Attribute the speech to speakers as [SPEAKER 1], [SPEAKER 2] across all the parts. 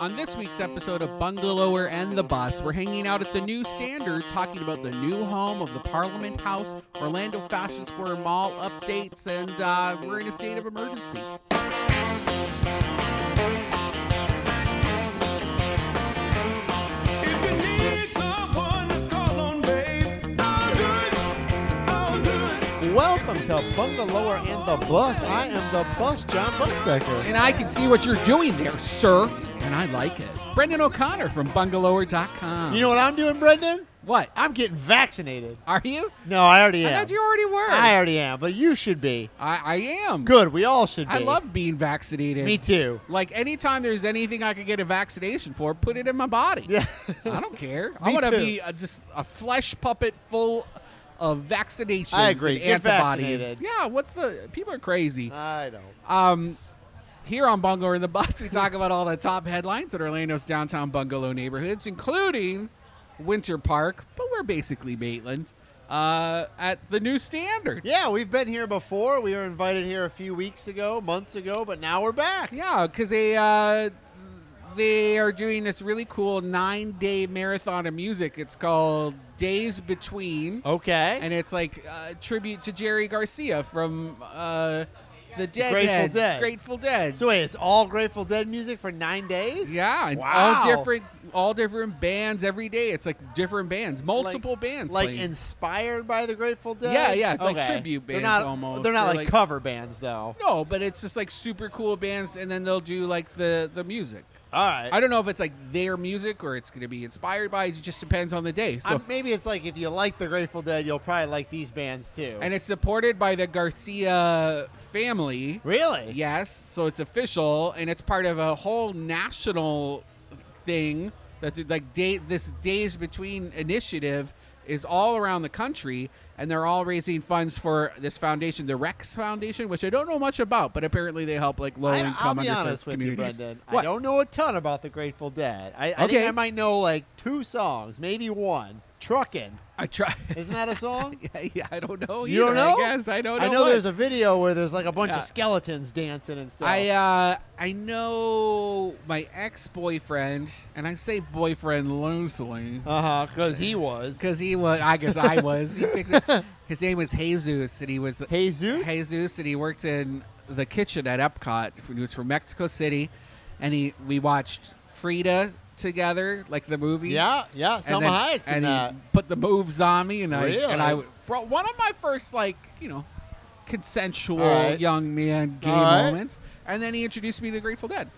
[SPEAKER 1] On this week's episode of Bungalower and the Bus, we're hanging out at the New Standard talking about the new home of the Parliament House, Orlando Fashion Square Mall updates, and uh, we're in a state of emergency.
[SPEAKER 2] If you need someone to call on, babe, I'll do it. I'll do it.
[SPEAKER 3] Welcome to Bungalower and the Bus. I am the bus, John Busdecker.
[SPEAKER 1] And I can see what you're doing there, sir, and I like it. Brendan O'Connor from bungalower.com.
[SPEAKER 3] You know what I'm doing, Brendan?
[SPEAKER 1] what?
[SPEAKER 3] I'm getting vaccinated.
[SPEAKER 1] Are you?
[SPEAKER 3] No, I already
[SPEAKER 1] I
[SPEAKER 3] am.
[SPEAKER 1] thought you already were.
[SPEAKER 3] I already am, but you should be.
[SPEAKER 1] I, I am.
[SPEAKER 3] Good, we all should be.
[SPEAKER 1] I love being vaccinated.
[SPEAKER 3] Me too.
[SPEAKER 1] Like anytime there's anything I could get a vaccination for, put it in my body.
[SPEAKER 3] Yeah.
[SPEAKER 1] I don't care. I
[SPEAKER 3] Me
[SPEAKER 1] want to
[SPEAKER 3] too.
[SPEAKER 1] be a, just a flesh puppet full of vaccinations
[SPEAKER 3] I agree.
[SPEAKER 1] and
[SPEAKER 3] Get
[SPEAKER 1] antibodies.
[SPEAKER 3] vaccinated.
[SPEAKER 1] Yeah, what's the people are crazy.
[SPEAKER 3] I don't.
[SPEAKER 1] Um, here on Bungalow in the Bus, we talk about all the top headlines at Orlando's downtown bungalow neighborhoods, including Winter Park, but we're basically Maitland uh, at the new standard.
[SPEAKER 3] Yeah, we've been here before. We were invited here a few weeks ago, months ago, but now we're back.
[SPEAKER 1] Yeah, because they uh, they are doing this really cool nine day marathon of music. It's called Days Between,
[SPEAKER 3] Okay.
[SPEAKER 1] and it's like a tribute to Jerry Garcia from uh, the Deadheads,
[SPEAKER 3] Dead.
[SPEAKER 1] Grateful Dead.
[SPEAKER 3] so wait, it's all Grateful Dead music for nine days?
[SPEAKER 1] yeah, and
[SPEAKER 3] Wow.
[SPEAKER 1] all different all different bands every day. It's like different bands,
[SPEAKER 3] Like-
[SPEAKER 1] multiple bands,
[SPEAKER 3] Like
[SPEAKER 1] playing.
[SPEAKER 3] inspired by the Grateful Dead?
[SPEAKER 1] Yeah, yeah, like
[SPEAKER 3] Okay.
[SPEAKER 1] tribute
[SPEAKER 3] They're
[SPEAKER 1] bands
[SPEAKER 3] not,
[SPEAKER 1] almost.
[SPEAKER 3] They're not
[SPEAKER 1] They're
[SPEAKER 3] like,
[SPEAKER 1] like-
[SPEAKER 3] cover bands, though.
[SPEAKER 1] no, but it's just like super cool bands, and then they'll do like the the music.
[SPEAKER 3] All right.
[SPEAKER 1] I don't know if it's like their music or it's going to be inspired by. It It just depends on the day. So
[SPEAKER 3] Um, maybe it's like if you like the Grateful Dead, you'll probably like these bands too.
[SPEAKER 1] and it's supported by the Garcia family.
[SPEAKER 3] really,
[SPEAKER 1] Yes, so it's official, and it's part of a whole national thing that th- like day, this days between initiative is all around the country, and they're all raising funds for this foundation, the Rex Foundation, which I don't know much about, but apparently they help like low
[SPEAKER 3] I, I'll
[SPEAKER 1] income
[SPEAKER 3] be
[SPEAKER 1] underserved
[SPEAKER 3] honest with you,
[SPEAKER 1] communities.
[SPEAKER 3] Brendan. I
[SPEAKER 1] What?
[SPEAKER 3] don't know a ton about the Grateful Dead. I, I
[SPEAKER 1] Okay.
[SPEAKER 3] think I might know like two songs, maybe one. Truckin',
[SPEAKER 1] I try.
[SPEAKER 3] isn't that a song?
[SPEAKER 1] yeah, I don't know.
[SPEAKER 3] You don't
[SPEAKER 1] either, I
[SPEAKER 3] know?
[SPEAKER 1] guess I don't. Know
[SPEAKER 3] I know
[SPEAKER 1] much.
[SPEAKER 3] there's a video where there's like a bunch
[SPEAKER 1] Yeah.
[SPEAKER 3] of skeletons dancing and stuff.
[SPEAKER 1] I uh, I know my ex boyfriend, and I say boyfriend loosely
[SPEAKER 3] uh huh, because he was
[SPEAKER 1] because he was. I guess I was. He picked up- his name was Jesus, and he was
[SPEAKER 3] Jesus.
[SPEAKER 1] Jesus, and he worked in the kitchen at Epcot. He was from Mexico City, and he we watched Frida together, like the movie.
[SPEAKER 3] yeah, yeah,
[SPEAKER 1] And
[SPEAKER 3] Selma
[SPEAKER 1] then-
[SPEAKER 3] Hayek's in
[SPEAKER 1] and he
[SPEAKER 3] that.
[SPEAKER 1] put the moves on me, and I and I
[SPEAKER 3] Really?
[SPEAKER 1] bro, one of my first like you know consensual
[SPEAKER 3] All right.
[SPEAKER 1] young man gay
[SPEAKER 3] All right.
[SPEAKER 1] moments, and then he introduced me to Grateful Dead,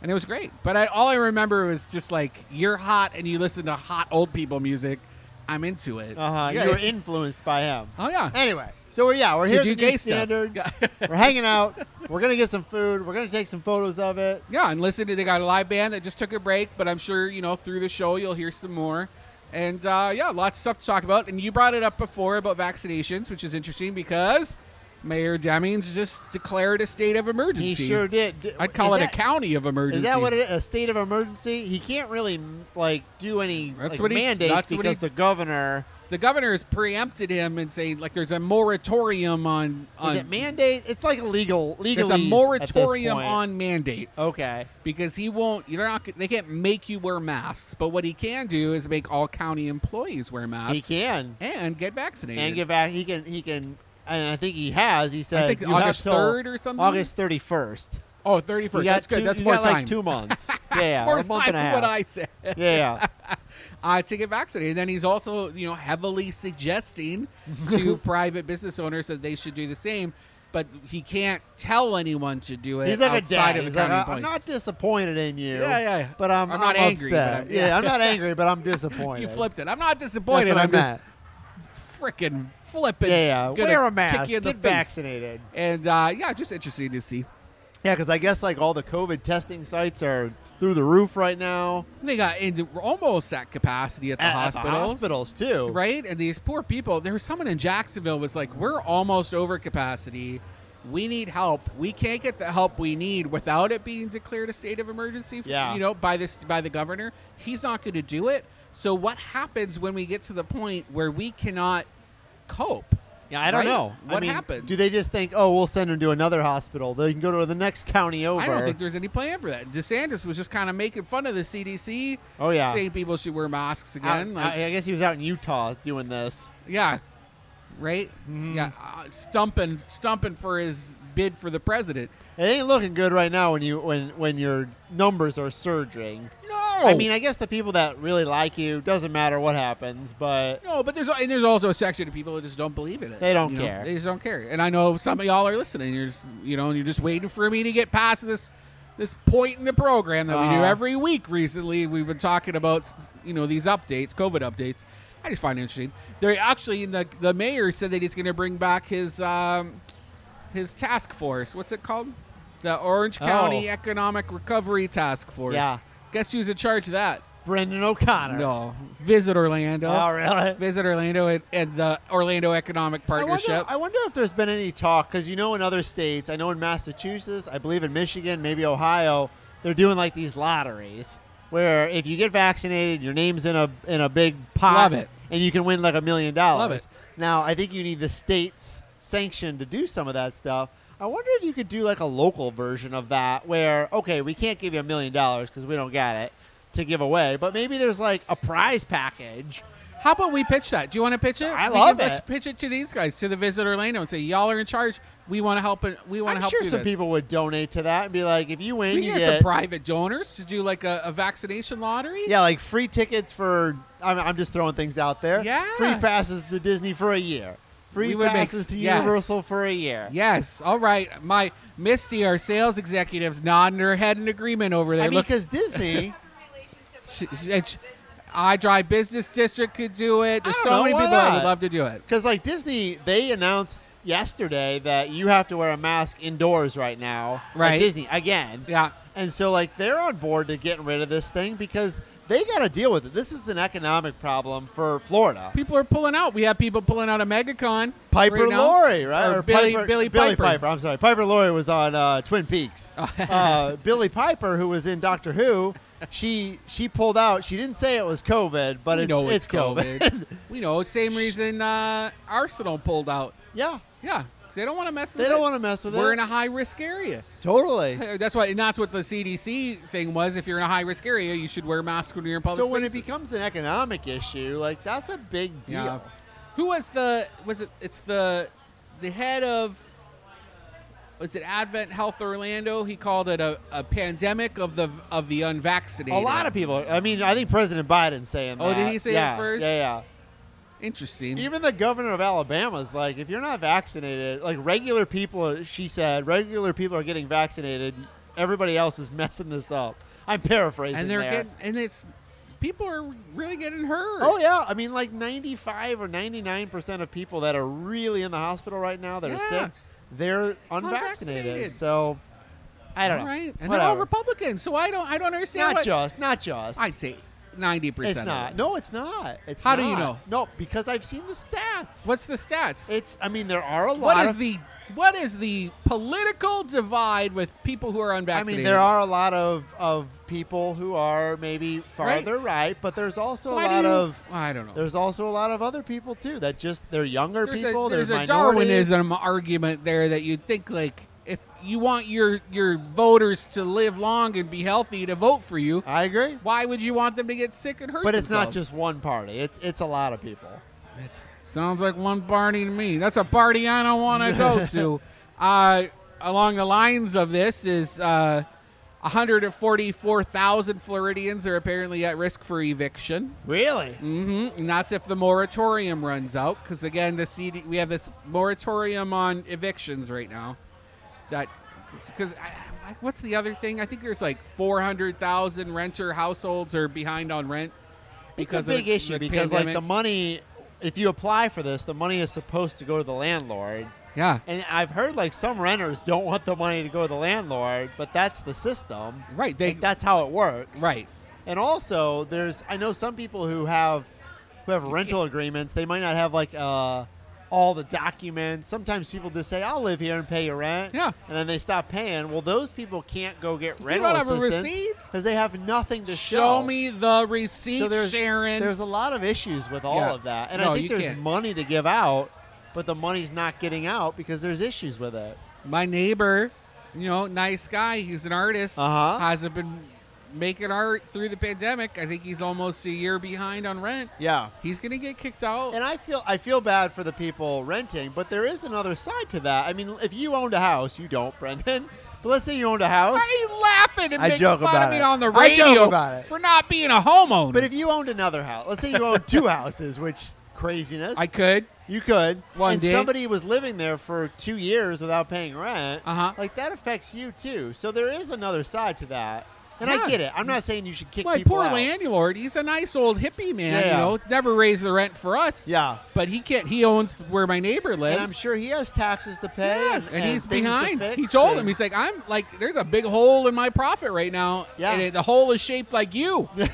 [SPEAKER 1] and it was great. But I, all I remember was just like you're hot and you listen to hot old people music. I'm into it.
[SPEAKER 3] Uh huh.
[SPEAKER 1] Yeah.
[SPEAKER 3] You were influenced by him.
[SPEAKER 1] oh yeah.
[SPEAKER 3] Anyway, so we're yeah, we're
[SPEAKER 1] To
[SPEAKER 3] here
[SPEAKER 1] do
[SPEAKER 3] at the
[SPEAKER 1] gay
[SPEAKER 3] new
[SPEAKER 1] stuff.
[SPEAKER 3] standard. we're hanging out. We're gonna get some food. We're gonna take some photos of it.
[SPEAKER 1] Yeah, and listen to they got a live band that just took a break, but I'm sure you know through the show you'll hear some more. And uh, yeah, lots of stuff to talk about. And you brought it up before about vaccinations, which is interesting because Mayor Demings just declared a state of
[SPEAKER 3] He
[SPEAKER 1] emergency.
[SPEAKER 3] sure did. D-
[SPEAKER 1] I'd call
[SPEAKER 3] is
[SPEAKER 1] it
[SPEAKER 3] that-
[SPEAKER 1] a county of emergency.
[SPEAKER 3] Is that what it is? A state of emergency? He can't really m- like do any
[SPEAKER 1] That's
[SPEAKER 3] like,
[SPEAKER 1] what he-
[SPEAKER 3] mandates
[SPEAKER 1] that's what
[SPEAKER 3] because
[SPEAKER 1] he-
[SPEAKER 3] the governor.
[SPEAKER 1] The governor has preempted him and saying like there's a moratorium on on
[SPEAKER 3] Is it mandate? It's like illegal. Legal.
[SPEAKER 1] there's a moratorium on mandates.
[SPEAKER 3] Okay.
[SPEAKER 1] Because he won't, you're not. They can't make you wear masks, but what he can do is make all county employees wear
[SPEAKER 3] He
[SPEAKER 1] masks.
[SPEAKER 3] can
[SPEAKER 1] and get vaccinated.
[SPEAKER 3] and get back. He can. He can. And I think he has. He said
[SPEAKER 1] think
[SPEAKER 3] you have
[SPEAKER 1] August
[SPEAKER 3] till
[SPEAKER 1] 3rd or something?
[SPEAKER 3] August thirty first.
[SPEAKER 1] oh, 31st. That's good. That's more time.
[SPEAKER 3] Like two months. Yeah,
[SPEAKER 1] That's
[SPEAKER 3] yeah,
[SPEAKER 1] more
[SPEAKER 3] a month
[SPEAKER 1] time
[SPEAKER 3] and a
[SPEAKER 1] than
[SPEAKER 3] half.
[SPEAKER 1] what I said.
[SPEAKER 3] yeah,
[SPEAKER 1] Uh, to get vaccinated. And then he's also, you know, heavily suggesting to private business owners that they should do the same. But he can't tell anyone to do it
[SPEAKER 3] yeah. he's like a
[SPEAKER 1] outside
[SPEAKER 3] dad.
[SPEAKER 1] of the
[SPEAKER 3] He's like,
[SPEAKER 1] county
[SPEAKER 3] I'm
[SPEAKER 1] employees.
[SPEAKER 3] not disappointed in you.
[SPEAKER 1] Yeah, yeah, yeah.
[SPEAKER 3] But I'm,
[SPEAKER 1] I'm not angry, but
[SPEAKER 3] upset.
[SPEAKER 1] I'm-
[SPEAKER 3] yeah. I'm not angry, but I'm disappointed.
[SPEAKER 1] you flipped it. I'm not
[SPEAKER 3] That's
[SPEAKER 1] disappointed.
[SPEAKER 3] what I
[SPEAKER 1] I'm just
[SPEAKER 3] meant.
[SPEAKER 1] freaking flipping.
[SPEAKER 3] Yeah, yeah.
[SPEAKER 1] gonna
[SPEAKER 3] Wear a mask.
[SPEAKER 1] Kick you in
[SPEAKER 3] get
[SPEAKER 1] the face.
[SPEAKER 3] vaccinated.
[SPEAKER 1] And uh, yeah, just interesting to see.
[SPEAKER 3] Yeah, because I guess like all the COVID testing sites are through the roof right now.
[SPEAKER 1] They got in almost at capacity at the
[SPEAKER 3] At- at the
[SPEAKER 1] hospitals.
[SPEAKER 3] hospitals too.
[SPEAKER 1] right? And these poor people. There was someone in Jacksonville was like, "We're almost over capacity. We need help. We can't get the help we need without it being declared a state of emergency. f-
[SPEAKER 3] Yeah.
[SPEAKER 1] you know, by this by the governor, he's not going to do it. So what happens when we get to the point where we cannot cope?
[SPEAKER 3] Yeah, I don't
[SPEAKER 1] Right?
[SPEAKER 3] know. I
[SPEAKER 1] What
[SPEAKER 3] mean,
[SPEAKER 1] happens?
[SPEAKER 3] Do they just think, oh, we'll send him to another hospital? They can go to the next county over.
[SPEAKER 1] I don't think there's any plan for that. DeSantis was just kind of making fun of the CDC.
[SPEAKER 3] Oh, yeah.
[SPEAKER 1] saying people should wear masks
[SPEAKER 3] Out-
[SPEAKER 1] again. like,
[SPEAKER 3] I, I guess he was out in Utah doing this.
[SPEAKER 1] yeah, right.
[SPEAKER 3] Mm-hmm.
[SPEAKER 1] Yeah, uh, stumping, stumping for his bid for the president.
[SPEAKER 3] It ain't looking good right now when you when when your numbers are surging.
[SPEAKER 1] No,
[SPEAKER 3] I mean, I guess the people that really like you doesn't matter what happens, but
[SPEAKER 1] no, but there's and there's also a section of people who just don't believe in it.
[SPEAKER 3] They don't
[SPEAKER 1] you know?
[SPEAKER 3] care.
[SPEAKER 1] They just don't care. And I know some of y'all are listening. You're just, you know, and you're just waiting for me to get past this this point in the program that we do
[SPEAKER 3] Uh-huh.
[SPEAKER 1] every week. Recently, we've been talking about you know these updates, COVID updates. I just find it interesting. They're actually the the mayor said that he's going to bring back his um, his task force. What's it called? The Orange County
[SPEAKER 3] Oh.
[SPEAKER 1] Economic Recovery Task Force.
[SPEAKER 3] Yeah.
[SPEAKER 1] Guess who's in charge of that?
[SPEAKER 3] Brendan O'Connor.
[SPEAKER 1] No, Visit Orlando.
[SPEAKER 3] Oh, really?
[SPEAKER 1] Visit Orlando and, and the Orlando Economic
[SPEAKER 3] I wonder,
[SPEAKER 1] Partnership.
[SPEAKER 3] I wonder if there's been any talk because you know in other states, I know in Massachusetts, I believe in Michigan, maybe Ohio, they're doing like these lotteries where if you get vaccinated, your name's in a in a big pot,
[SPEAKER 1] Love it.
[SPEAKER 3] and you can win like a million dollars.
[SPEAKER 1] Love it.
[SPEAKER 3] Now I think you need the state's sanction to do some of that stuff. I wonder if you could do like a local version of that where okay, we can't give you a million dollars because we don't got it to give away, but maybe there's like a prize package.
[SPEAKER 1] How about we pitch that? Do you want to pitch it?
[SPEAKER 3] I
[SPEAKER 1] We
[SPEAKER 3] love
[SPEAKER 1] can- Let's
[SPEAKER 3] it.
[SPEAKER 1] pitch it to these guys, to the Visit Orlando, and say y'all are in charge. We want to help. and We want to
[SPEAKER 3] I'm
[SPEAKER 1] help.
[SPEAKER 3] sure
[SPEAKER 1] do
[SPEAKER 3] some
[SPEAKER 1] this."
[SPEAKER 3] people would donate to that and be like, if you win,
[SPEAKER 1] We
[SPEAKER 3] you
[SPEAKER 1] can get
[SPEAKER 3] get
[SPEAKER 1] some private donors to do like a, a vaccination lottery.
[SPEAKER 3] yeah, like free tickets for. I'm, I'm just throwing things out there.
[SPEAKER 1] Yeah.
[SPEAKER 3] free passes to Disney for a year. Free
[SPEAKER 1] We would make
[SPEAKER 3] passes
[SPEAKER 1] s-
[SPEAKER 3] to
[SPEAKER 1] yes.
[SPEAKER 3] Universal for a year.
[SPEAKER 1] Yes. All right. My Misty, our sales executives, nodding her head in agreement over
[SPEAKER 3] I
[SPEAKER 1] there.
[SPEAKER 3] mean,
[SPEAKER 1] Look,
[SPEAKER 3] because Disney.
[SPEAKER 1] she, she, and she- I Drive Business District could do it. There's
[SPEAKER 3] I don't
[SPEAKER 1] so
[SPEAKER 3] know,
[SPEAKER 1] many
[SPEAKER 3] why
[SPEAKER 1] people that would
[SPEAKER 3] not?
[SPEAKER 1] love to do it.
[SPEAKER 3] Because like Disney, they announced yesterday that you have to wear a mask indoors right now. at
[SPEAKER 1] Right.
[SPEAKER 3] Disney again.
[SPEAKER 1] Yeah.
[SPEAKER 3] And so like they're on board to getting rid of this thing because they got to deal with it. This is an economic problem for Florida.
[SPEAKER 1] People are pulling out. We have people pulling out of MegaCon.
[SPEAKER 3] Piper
[SPEAKER 1] right now.
[SPEAKER 3] Laurie, right?
[SPEAKER 1] oh? Or, Billy,
[SPEAKER 3] Piper,
[SPEAKER 1] Billy Piper. Oh.
[SPEAKER 3] I'm sorry. Piper Laurie was on uh, Twin Peaks. uh, Billy Piper, who was in Doctor Who, she she pulled out. She didn't say it was COVID, but
[SPEAKER 1] We
[SPEAKER 3] it's,
[SPEAKER 1] know it's
[SPEAKER 3] COVID.
[SPEAKER 1] COVID. we know. it's Same reason uh, Arsenal pulled out.
[SPEAKER 3] yeah,
[SPEAKER 1] Yeah. 'cause They don't want to mess with
[SPEAKER 3] they
[SPEAKER 1] it.
[SPEAKER 3] don't want to mess with
[SPEAKER 1] We're
[SPEAKER 3] it.
[SPEAKER 1] in a high risk area.
[SPEAKER 3] totally.
[SPEAKER 1] That's why, and that's what the CDC thing was. If you're in a high risk area, you should wear masks when you're in public
[SPEAKER 3] So when it
[SPEAKER 1] spaces.
[SPEAKER 3] becomes an economic issue, like that's a big deal.
[SPEAKER 1] Yeah. Who was the? Was it? It's the the head of. Was it Advent Health Orlando? He called it a, a pandemic of the of the unvaccinated.
[SPEAKER 3] A lot of people. I mean, I think President Biden's saying
[SPEAKER 1] Oh,
[SPEAKER 3] that.
[SPEAKER 1] did he say it
[SPEAKER 3] Yeah,
[SPEAKER 1] first?
[SPEAKER 3] Yeah, yeah.
[SPEAKER 1] interesting.
[SPEAKER 3] Even the governor of Alabama's like, if you're not vaccinated, like regular people, she said, regular people are getting vaccinated. Everybody else is messing this up. I'm paraphrasing.
[SPEAKER 1] and they're
[SPEAKER 3] there.
[SPEAKER 1] getting and it's people are really getting hurt.
[SPEAKER 3] Oh yeah, I mean, like 95 or 99 percent of people that are really in the hospital right now that
[SPEAKER 1] Yeah.
[SPEAKER 3] are sick, they're unvaccinated.
[SPEAKER 1] Unvaccinated.
[SPEAKER 3] So I don't know.
[SPEAKER 1] right, and they're
[SPEAKER 3] Whatever.
[SPEAKER 1] all Republicans, so I don't I don't understand.
[SPEAKER 3] not
[SPEAKER 1] what,
[SPEAKER 3] just, not just.
[SPEAKER 1] I'd say ninety
[SPEAKER 3] it's
[SPEAKER 1] percent.
[SPEAKER 3] not. No, it's not. It's
[SPEAKER 1] How do you
[SPEAKER 3] not.
[SPEAKER 1] know?
[SPEAKER 3] No, because I've seen the stats.
[SPEAKER 1] What's the stats?
[SPEAKER 3] It's. I mean, there are a lot.
[SPEAKER 1] what is
[SPEAKER 3] of-
[SPEAKER 1] the what is the political divide with people who are
[SPEAKER 3] I
[SPEAKER 1] unvaccinated?
[SPEAKER 3] mean, there are a lot of, of people who are maybe farther right, but there's also
[SPEAKER 1] Why
[SPEAKER 3] a
[SPEAKER 1] do
[SPEAKER 3] lot
[SPEAKER 1] you-
[SPEAKER 3] of
[SPEAKER 1] I don't know.
[SPEAKER 3] there's also a lot of other people too that just they're younger
[SPEAKER 1] There's
[SPEAKER 3] people.
[SPEAKER 1] a, there's
[SPEAKER 3] they're
[SPEAKER 1] a
[SPEAKER 3] minorities.
[SPEAKER 1] Darwinism argument there that you'd think like if you want your your voters to live long and be healthy to vote for you,
[SPEAKER 3] I agree,
[SPEAKER 1] why would you want them to get sick and hurt?
[SPEAKER 3] but it's not
[SPEAKER 1] themselves?
[SPEAKER 3] just one party. It's it's a lot of people.
[SPEAKER 1] It's, sounds like one party to me. That's a party I don't want to go to. Uh, along the lines of this is uh, 144,000 Floridians are apparently at risk for eviction.
[SPEAKER 3] Really?
[SPEAKER 1] hmm
[SPEAKER 3] Mm-hmm.
[SPEAKER 1] And that's if the moratorium runs out. Because again, the CD we have this moratorium on evictions right now. That because what's the other thing? I think there's like 400,000 renter households are behind on rent.
[SPEAKER 3] it's a big
[SPEAKER 1] the-
[SPEAKER 3] issue
[SPEAKER 1] the
[SPEAKER 3] because like the
[SPEAKER 1] pandemic.
[SPEAKER 3] money, if you apply for this, the money is supposed to go to the landlord.
[SPEAKER 1] yeah
[SPEAKER 3] And I've heard like some renters don't want the money to go to the landlord, but that's the system.
[SPEAKER 1] right they
[SPEAKER 3] Like, that's how it works.
[SPEAKER 1] right
[SPEAKER 3] And also, there's I know some people who have who have rental agreements. They might not have like uh, all the documents. Sometimes people just say, "I'll live here and pay your rent,"
[SPEAKER 1] Yeah.
[SPEAKER 3] and then they stop paying. Well, those people can't go get
[SPEAKER 1] you
[SPEAKER 3] rental
[SPEAKER 1] don't have a receipt?
[SPEAKER 3] because they have nothing to show.
[SPEAKER 1] Show me the receipt,
[SPEAKER 3] So there's
[SPEAKER 1] Sharon.
[SPEAKER 3] there's a lot of issues with all
[SPEAKER 1] Yeah.
[SPEAKER 3] of that, and
[SPEAKER 1] No,
[SPEAKER 3] I
[SPEAKER 1] you
[SPEAKER 3] think there's
[SPEAKER 1] can't.
[SPEAKER 3] money to give out. but the money's not getting out because there's issues with it.
[SPEAKER 1] my neighbor, you know, nice guy. He's an artist.
[SPEAKER 3] Uh-huh.
[SPEAKER 1] Hasn't been making art through the pandemic. I think he's almost a year behind on rent.
[SPEAKER 3] Yeah.
[SPEAKER 1] He's gonna get kicked out.
[SPEAKER 3] And I feel I feel bad for the people renting, but there is another side to that. I mean, if you owned a house, you don't, Brendan. But let's say you owned a house.
[SPEAKER 1] Why are you laughing and
[SPEAKER 3] I
[SPEAKER 1] making
[SPEAKER 3] joke
[SPEAKER 1] fun
[SPEAKER 3] about
[SPEAKER 1] of me
[SPEAKER 3] it.
[SPEAKER 1] on the
[SPEAKER 3] I
[SPEAKER 1] radio
[SPEAKER 3] joke about it.
[SPEAKER 1] for not being a homeowner?
[SPEAKER 3] But if you owned another house, let's say you owned two houses, which craziness.
[SPEAKER 1] I could,
[SPEAKER 3] you could.
[SPEAKER 1] One
[SPEAKER 3] and
[SPEAKER 1] day.
[SPEAKER 3] somebody was living there for two years without paying rent.
[SPEAKER 1] Uh-huh.
[SPEAKER 3] Like that affects you too. So there is another side to that. And
[SPEAKER 1] Yeah.
[SPEAKER 3] I get it. I'm not saying you should kick
[SPEAKER 1] my
[SPEAKER 3] people
[SPEAKER 1] poor
[SPEAKER 3] out.
[SPEAKER 1] landlord. He's a nice old hippie man.
[SPEAKER 3] Yeah.
[SPEAKER 1] You know, it's never raised the rent for us.
[SPEAKER 3] Yeah.
[SPEAKER 1] But he can't. He owns where my neighbor lives.
[SPEAKER 3] And I'm sure he has taxes to pay.
[SPEAKER 1] Yeah,
[SPEAKER 3] and,
[SPEAKER 1] and, he's
[SPEAKER 3] things to
[SPEAKER 1] behind. He
[SPEAKER 3] fix
[SPEAKER 1] told him,
[SPEAKER 3] and-
[SPEAKER 1] he's like, I'm like, there's a big hole in my profit right now.
[SPEAKER 3] Yeah.
[SPEAKER 1] And it, the hole is shaped like you.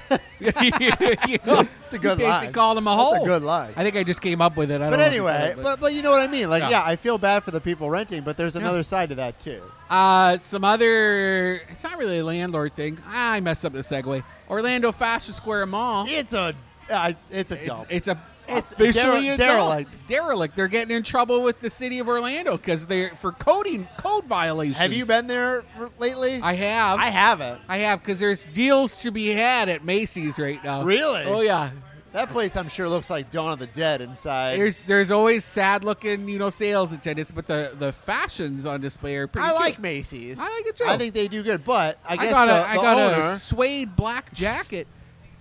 [SPEAKER 1] It's
[SPEAKER 3] It's a good
[SPEAKER 1] he
[SPEAKER 3] line.
[SPEAKER 1] basically called him a
[SPEAKER 3] That's a
[SPEAKER 1] hole.
[SPEAKER 3] good line.
[SPEAKER 1] I think I just came up with it. I
[SPEAKER 3] But
[SPEAKER 1] don't know if he
[SPEAKER 3] anyway,
[SPEAKER 1] said it,
[SPEAKER 3] but, but you know what I mean. Like,
[SPEAKER 1] Yeah.
[SPEAKER 3] yeah. I feel bad for the people renting, but there's another side to that too.
[SPEAKER 1] uh, some other, it's not really a landlord thing. Ah, I messed up the segue. Orlando Fashion Square Mall.
[SPEAKER 3] It's a, I it's a
[SPEAKER 1] It's,
[SPEAKER 3] dump.
[SPEAKER 1] it's a
[SPEAKER 3] It's
[SPEAKER 1] officially
[SPEAKER 3] dere-
[SPEAKER 1] a dump.
[SPEAKER 3] derelict.
[SPEAKER 1] Derelict. They're getting in trouble with the city of Orlando because they're for coding code violations.
[SPEAKER 3] have you been there r- lately?
[SPEAKER 1] I have.
[SPEAKER 3] I haven't.
[SPEAKER 1] I have because there's deals to be had at Macy's right now.
[SPEAKER 3] Really?
[SPEAKER 1] Oh yeah.
[SPEAKER 3] That place, I'm sure, looks like Dawn of the Dead inside.
[SPEAKER 1] There's there's always sad looking you know sales attendants, but the the fashions on display are pretty.
[SPEAKER 3] I
[SPEAKER 1] cute.
[SPEAKER 3] like Macy's.
[SPEAKER 1] I like it too.
[SPEAKER 3] I think they do good, but I
[SPEAKER 1] I
[SPEAKER 3] guess
[SPEAKER 1] got
[SPEAKER 3] the,
[SPEAKER 1] a I
[SPEAKER 3] the
[SPEAKER 1] got
[SPEAKER 3] owner,
[SPEAKER 1] a suede black jacket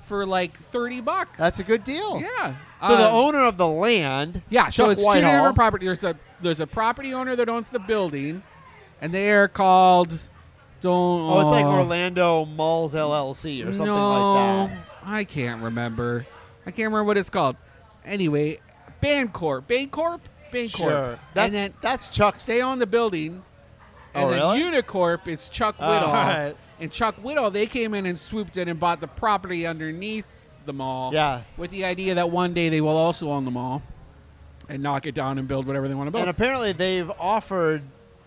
[SPEAKER 1] for like thirty bucks.
[SPEAKER 3] that's a good deal.
[SPEAKER 1] yeah.
[SPEAKER 3] So the
[SPEAKER 1] Um,
[SPEAKER 3] owner of the land,
[SPEAKER 1] Yeah, so
[SPEAKER 3] Chuck
[SPEAKER 1] it's two
[SPEAKER 3] Whitehall,
[SPEAKER 1] different property. There's a there's a property owner that owns the building, and they are called don't. uh,
[SPEAKER 3] Oh, it's like Orlando Malls LLC or something
[SPEAKER 1] no,
[SPEAKER 3] like that.
[SPEAKER 1] I can't remember. I can't remember what it's called. Anyway, Bancorp, Bancorp, Bancorp.
[SPEAKER 3] Sure,
[SPEAKER 1] and
[SPEAKER 3] that's
[SPEAKER 1] then
[SPEAKER 3] that's Chuck's.
[SPEAKER 1] they own the building. And
[SPEAKER 3] Oh,
[SPEAKER 1] then
[SPEAKER 3] really?
[SPEAKER 1] Unicorp, it's Chuck
[SPEAKER 3] Oh,
[SPEAKER 1] Whittle.
[SPEAKER 3] all right.
[SPEAKER 1] And Chuck Whittle, they came in and swooped in and bought the property underneath the mall.
[SPEAKER 3] Yeah.
[SPEAKER 1] With the idea that one day they will also own the mall and knock it down and build whatever they want to build.
[SPEAKER 3] And apparently, they've offered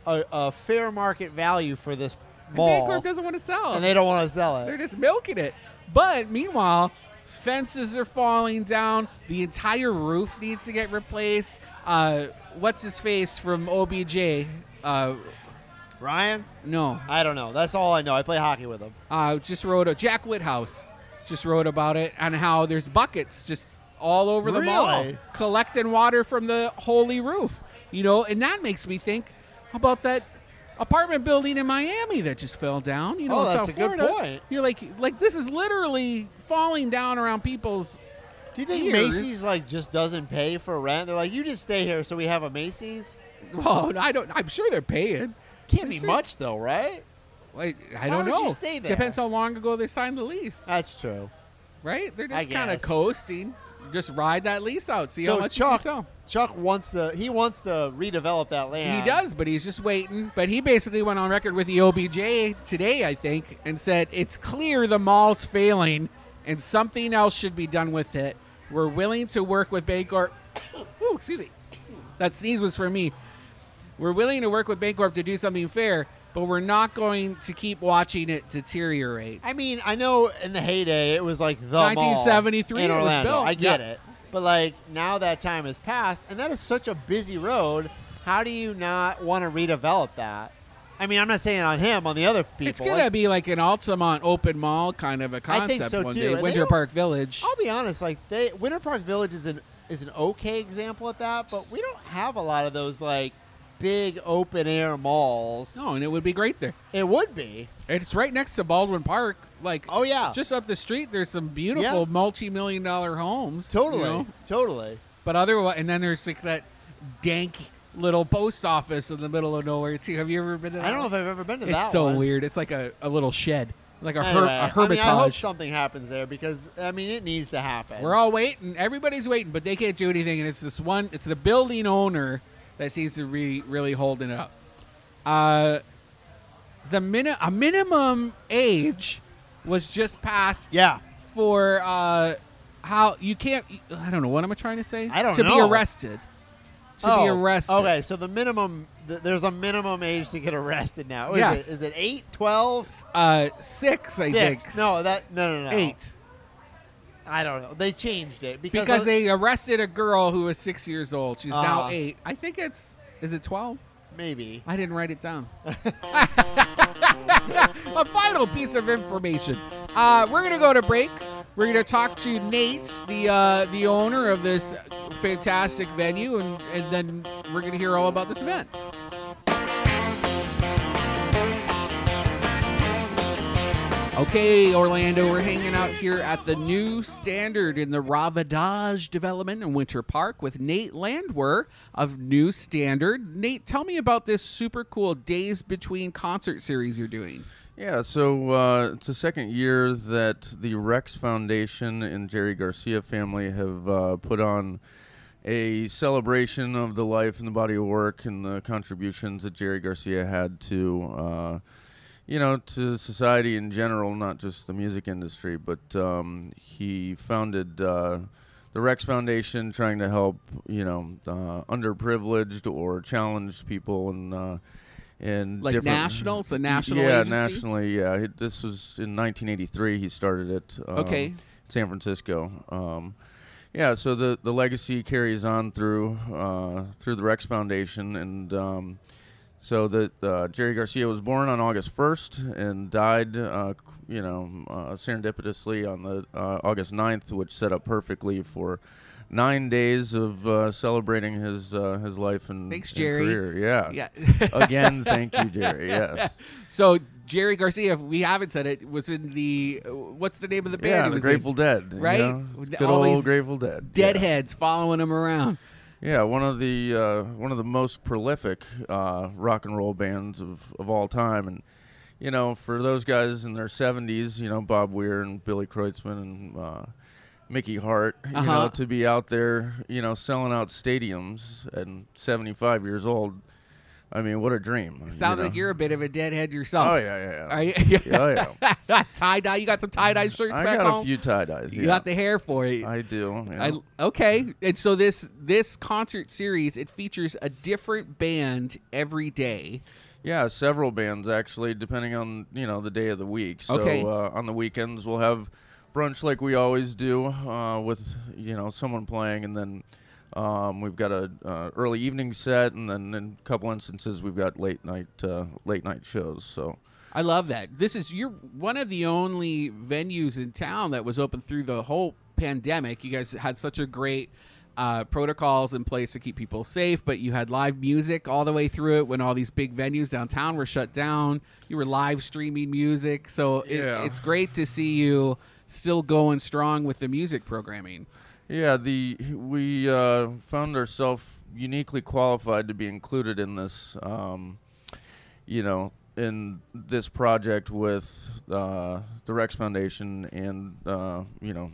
[SPEAKER 3] a, a fair market value for this
[SPEAKER 1] And
[SPEAKER 3] mall,
[SPEAKER 1] Bancorp doesn't want to sell.
[SPEAKER 3] and they don't want to sell
[SPEAKER 1] They're
[SPEAKER 3] it.
[SPEAKER 1] just milking it. But meanwhile, fences are falling down. The entire roof needs to get replaced. Uh, what's his face from OBJ? Uh,
[SPEAKER 3] Ryan,
[SPEAKER 1] no,
[SPEAKER 3] I don't know. That's all I know. I play hockey with them.
[SPEAKER 1] uh, just wrote a Jack Whithouse just wrote about it on how there's buckets just all over the mall
[SPEAKER 3] Really?
[SPEAKER 1] collecting water from the holy roof. You know, and that makes me think about that apartment building in Miami that just fell down. You know,
[SPEAKER 3] Oh,
[SPEAKER 1] in
[SPEAKER 3] that's
[SPEAKER 1] South
[SPEAKER 3] a good
[SPEAKER 1] Florida.
[SPEAKER 3] point.
[SPEAKER 1] You're like, like this is literally falling down around people's.
[SPEAKER 3] Do you think
[SPEAKER 1] Years.
[SPEAKER 3] Macy's like just doesn't pay for rent? They're like, you just stay here, so we have a Macy's.
[SPEAKER 1] Well, I don't. I'm sure they're paying.
[SPEAKER 3] Can't be
[SPEAKER 1] Is it-
[SPEAKER 3] much though, right?
[SPEAKER 1] I, I don't
[SPEAKER 3] would
[SPEAKER 1] know.
[SPEAKER 3] you stay there?
[SPEAKER 1] Depends how long ago they signed the lease,
[SPEAKER 3] That's true.
[SPEAKER 1] right? They're
[SPEAKER 3] I
[SPEAKER 1] just kind of
[SPEAKER 3] guess.
[SPEAKER 1] coasting. Just ride that lease out, see how
[SPEAKER 3] so
[SPEAKER 1] much you can
[SPEAKER 3] Chuck,
[SPEAKER 1] sell.
[SPEAKER 3] Chuck wants to he wants to redevelop that land.
[SPEAKER 1] He does, but he's just waiting. But he basically went on record with E the OBJ today, I think, and said it's clear the mall's failing and something else should be done with it. We're willing to work with Bancorp. Ooh, excuse me. That sneeze was for me. We're willing to work with Bancorp to do something fair, but we're not going to keep watching it deteriorate.
[SPEAKER 3] I mean, I know in the heyday it was like the
[SPEAKER 1] 1973
[SPEAKER 3] mall in
[SPEAKER 1] it was
[SPEAKER 3] Orlando.
[SPEAKER 1] built.
[SPEAKER 3] I get
[SPEAKER 1] Yeah.
[SPEAKER 3] it, but like now that time has passed, and that is such a busy road. How do you not want to redevelop that? I mean, I'm not saying on him, on the other people.
[SPEAKER 1] It's gonna
[SPEAKER 3] Like,
[SPEAKER 1] be like an Altamont open mall kind of a
[SPEAKER 3] I
[SPEAKER 1] concept
[SPEAKER 3] think so,
[SPEAKER 1] one
[SPEAKER 3] too.
[SPEAKER 1] day,
[SPEAKER 3] And they
[SPEAKER 1] Winter
[SPEAKER 3] don't- Oh.
[SPEAKER 1] Park Village.
[SPEAKER 3] I'll be honest, like they Winter Park Village is an is an okay example at that, but we don't have a lot of those like big open air malls.
[SPEAKER 1] No, Oh, and it would be great there.
[SPEAKER 3] It would be.
[SPEAKER 1] It's right next to Baldwin Park. Like,
[SPEAKER 3] Oh yeah.
[SPEAKER 1] just up the street, there's some beautiful
[SPEAKER 3] Yeah.
[SPEAKER 1] multi-million dollar homes. you
[SPEAKER 3] totally.
[SPEAKER 1] know?
[SPEAKER 3] Totally.
[SPEAKER 1] But otherwise, and then there's like that dank little post office in the middle of nowhere too. Have you ever been to? That
[SPEAKER 3] I don't know if
[SPEAKER 1] one?
[SPEAKER 3] I've ever been to
[SPEAKER 1] it's
[SPEAKER 3] that
[SPEAKER 1] so
[SPEAKER 3] one.
[SPEAKER 1] weird. It's like a, a little shed, like a, her-
[SPEAKER 3] Anyway,
[SPEAKER 1] a
[SPEAKER 3] I, mean, I hope
[SPEAKER 1] hermitage.
[SPEAKER 3] something happens there because I mean it needs to happen.
[SPEAKER 1] We're all waiting. Everybody's waiting, but they can't do anything. And it's this one. It's the building owner that seems to be really holding it up. Uh, the min- a minimum age was just passed.
[SPEAKER 3] yeah.
[SPEAKER 1] for uh, how you can't. I don't know what am I trying to say.
[SPEAKER 3] I don't
[SPEAKER 1] to
[SPEAKER 3] know.
[SPEAKER 1] be arrested. To be
[SPEAKER 3] Oh,
[SPEAKER 1] arrested.
[SPEAKER 3] Okay, so the minimum th- there's a minimum age to get arrested now. Is
[SPEAKER 1] Yes.
[SPEAKER 3] it is it 8, 12,
[SPEAKER 1] Uh, six, I
[SPEAKER 3] 6?
[SPEAKER 1] think.
[SPEAKER 3] No, that no no no.
[SPEAKER 1] eight.
[SPEAKER 3] I don't know. They changed it because,
[SPEAKER 1] because
[SPEAKER 3] of-
[SPEAKER 1] they arrested a girl who was six years old. She's now
[SPEAKER 3] Ah.
[SPEAKER 1] eight. I think it's is it twelve?
[SPEAKER 3] maybe
[SPEAKER 1] I didn't write it down. a final piece of information. Uh, we're gonna go to break. We're gonna talk to Nate, the uh, the owner of this fantastic venue, and, and then we're gonna hear all about this event. Okay, Orlando, we're hanging out here at the new standard in the Ravadage development in Winter Park with Nate Landwer of New Standard. Nate, tell me about this super cool Days Between concert series you're doing.
[SPEAKER 4] Yeah, so uh, it's the second year that the Rex Foundation and Jerry Garcia family have uh, put on a celebration of the life and the body of work and the contributions that Jerry Garcia had to, uh, you know, to society in general, not just the music industry. But um, he founded uh, the Rex Foundation, trying to help, you know, uh, underprivileged or challenged people and. Uh, in
[SPEAKER 1] Like
[SPEAKER 4] different-
[SPEAKER 1] national? It's a national
[SPEAKER 4] yeah,
[SPEAKER 1] agency?
[SPEAKER 4] nationally. Yeah, It- this was in 1983. He started it. um,
[SPEAKER 1] Okay.
[SPEAKER 4] San Francisco. Um, yeah, so the the legacy carries on through uh, through the Rex Foundation, and um, so that uh, Jerry Garcia was born on August 1st and died, uh, c- you know, uh, serendipitously on the uh, August 9th, which set up perfectly for. Nine days of uh, celebrating his uh, his life and,
[SPEAKER 1] Thanks,
[SPEAKER 4] and
[SPEAKER 1] Jerry.
[SPEAKER 4] career. Yeah,
[SPEAKER 1] Yeah.
[SPEAKER 4] Again, thank you, Jerry. Yes.
[SPEAKER 1] So Jerry Garcia, if we haven't said it, was in the what's the name of the band?
[SPEAKER 4] Yeah,
[SPEAKER 1] he
[SPEAKER 4] the
[SPEAKER 1] was
[SPEAKER 4] Grateful
[SPEAKER 1] in?
[SPEAKER 4] Dead. you
[SPEAKER 1] right?
[SPEAKER 4] know?
[SPEAKER 1] With
[SPEAKER 4] Good
[SPEAKER 1] all these
[SPEAKER 4] old Grateful Dead. yeah.
[SPEAKER 1] Deadheads following him around.
[SPEAKER 4] Yeah, one of the uh, one of the most prolific uh, rock and roll bands of, of all time, and you know, for those guys in their seventies, you know, Bob Weir and Billy Kreutzmann and uh, Mickey Hart, you
[SPEAKER 1] Uh-huh.
[SPEAKER 4] know, to be out there, you know, selling out stadiums and seventy five years old. I mean, what a dream! you
[SPEAKER 1] Sounds like
[SPEAKER 4] know?
[SPEAKER 1] you're a bit of a deadhead yourself.
[SPEAKER 4] Oh yeah, yeah, yeah.
[SPEAKER 1] Are you-
[SPEAKER 4] Oh, yeah.
[SPEAKER 1] tie dye. You got some tie dye shirts
[SPEAKER 4] I
[SPEAKER 1] back
[SPEAKER 4] got
[SPEAKER 1] home.
[SPEAKER 4] a few tie dyes.
[SPEAKER 1] You got the hair for it.
[SPEAKER 4] I do. yeah.
[SPEAKER 1] I, okay, and so this this concert series it features a different band every day.
[SPEAKER 4] Yeah, several bands actually, depending on you know the day of the week. So
[SPEAKER 1] Okay.
[SPEAKER 4] uh, on the weekends we'll have brunch like we always do, uh, with you know someone playing, and then um, we've got a uh, early evening set, and then in a couple instances we've got late night uh, late night shows. So
[SPEAKER 1] I love that. This is you're one of the only venues in town that was open through the whole pandemic. You guys had such a great uh, protocols in place to keep people safe, but you had live music all the way through it when all these big venues downtown were shut down. You were live streaming music, so it,
[SPEAKER 4] Yeah.
[SPEAKER 1] it's great to see you still going strong with the music programming.
[SPEAKER 4] Yeah, the we uh, found ourselves uniquely qualified to be included in this, um, you know, in this project with uh, the Rex Foundation and uh, you know,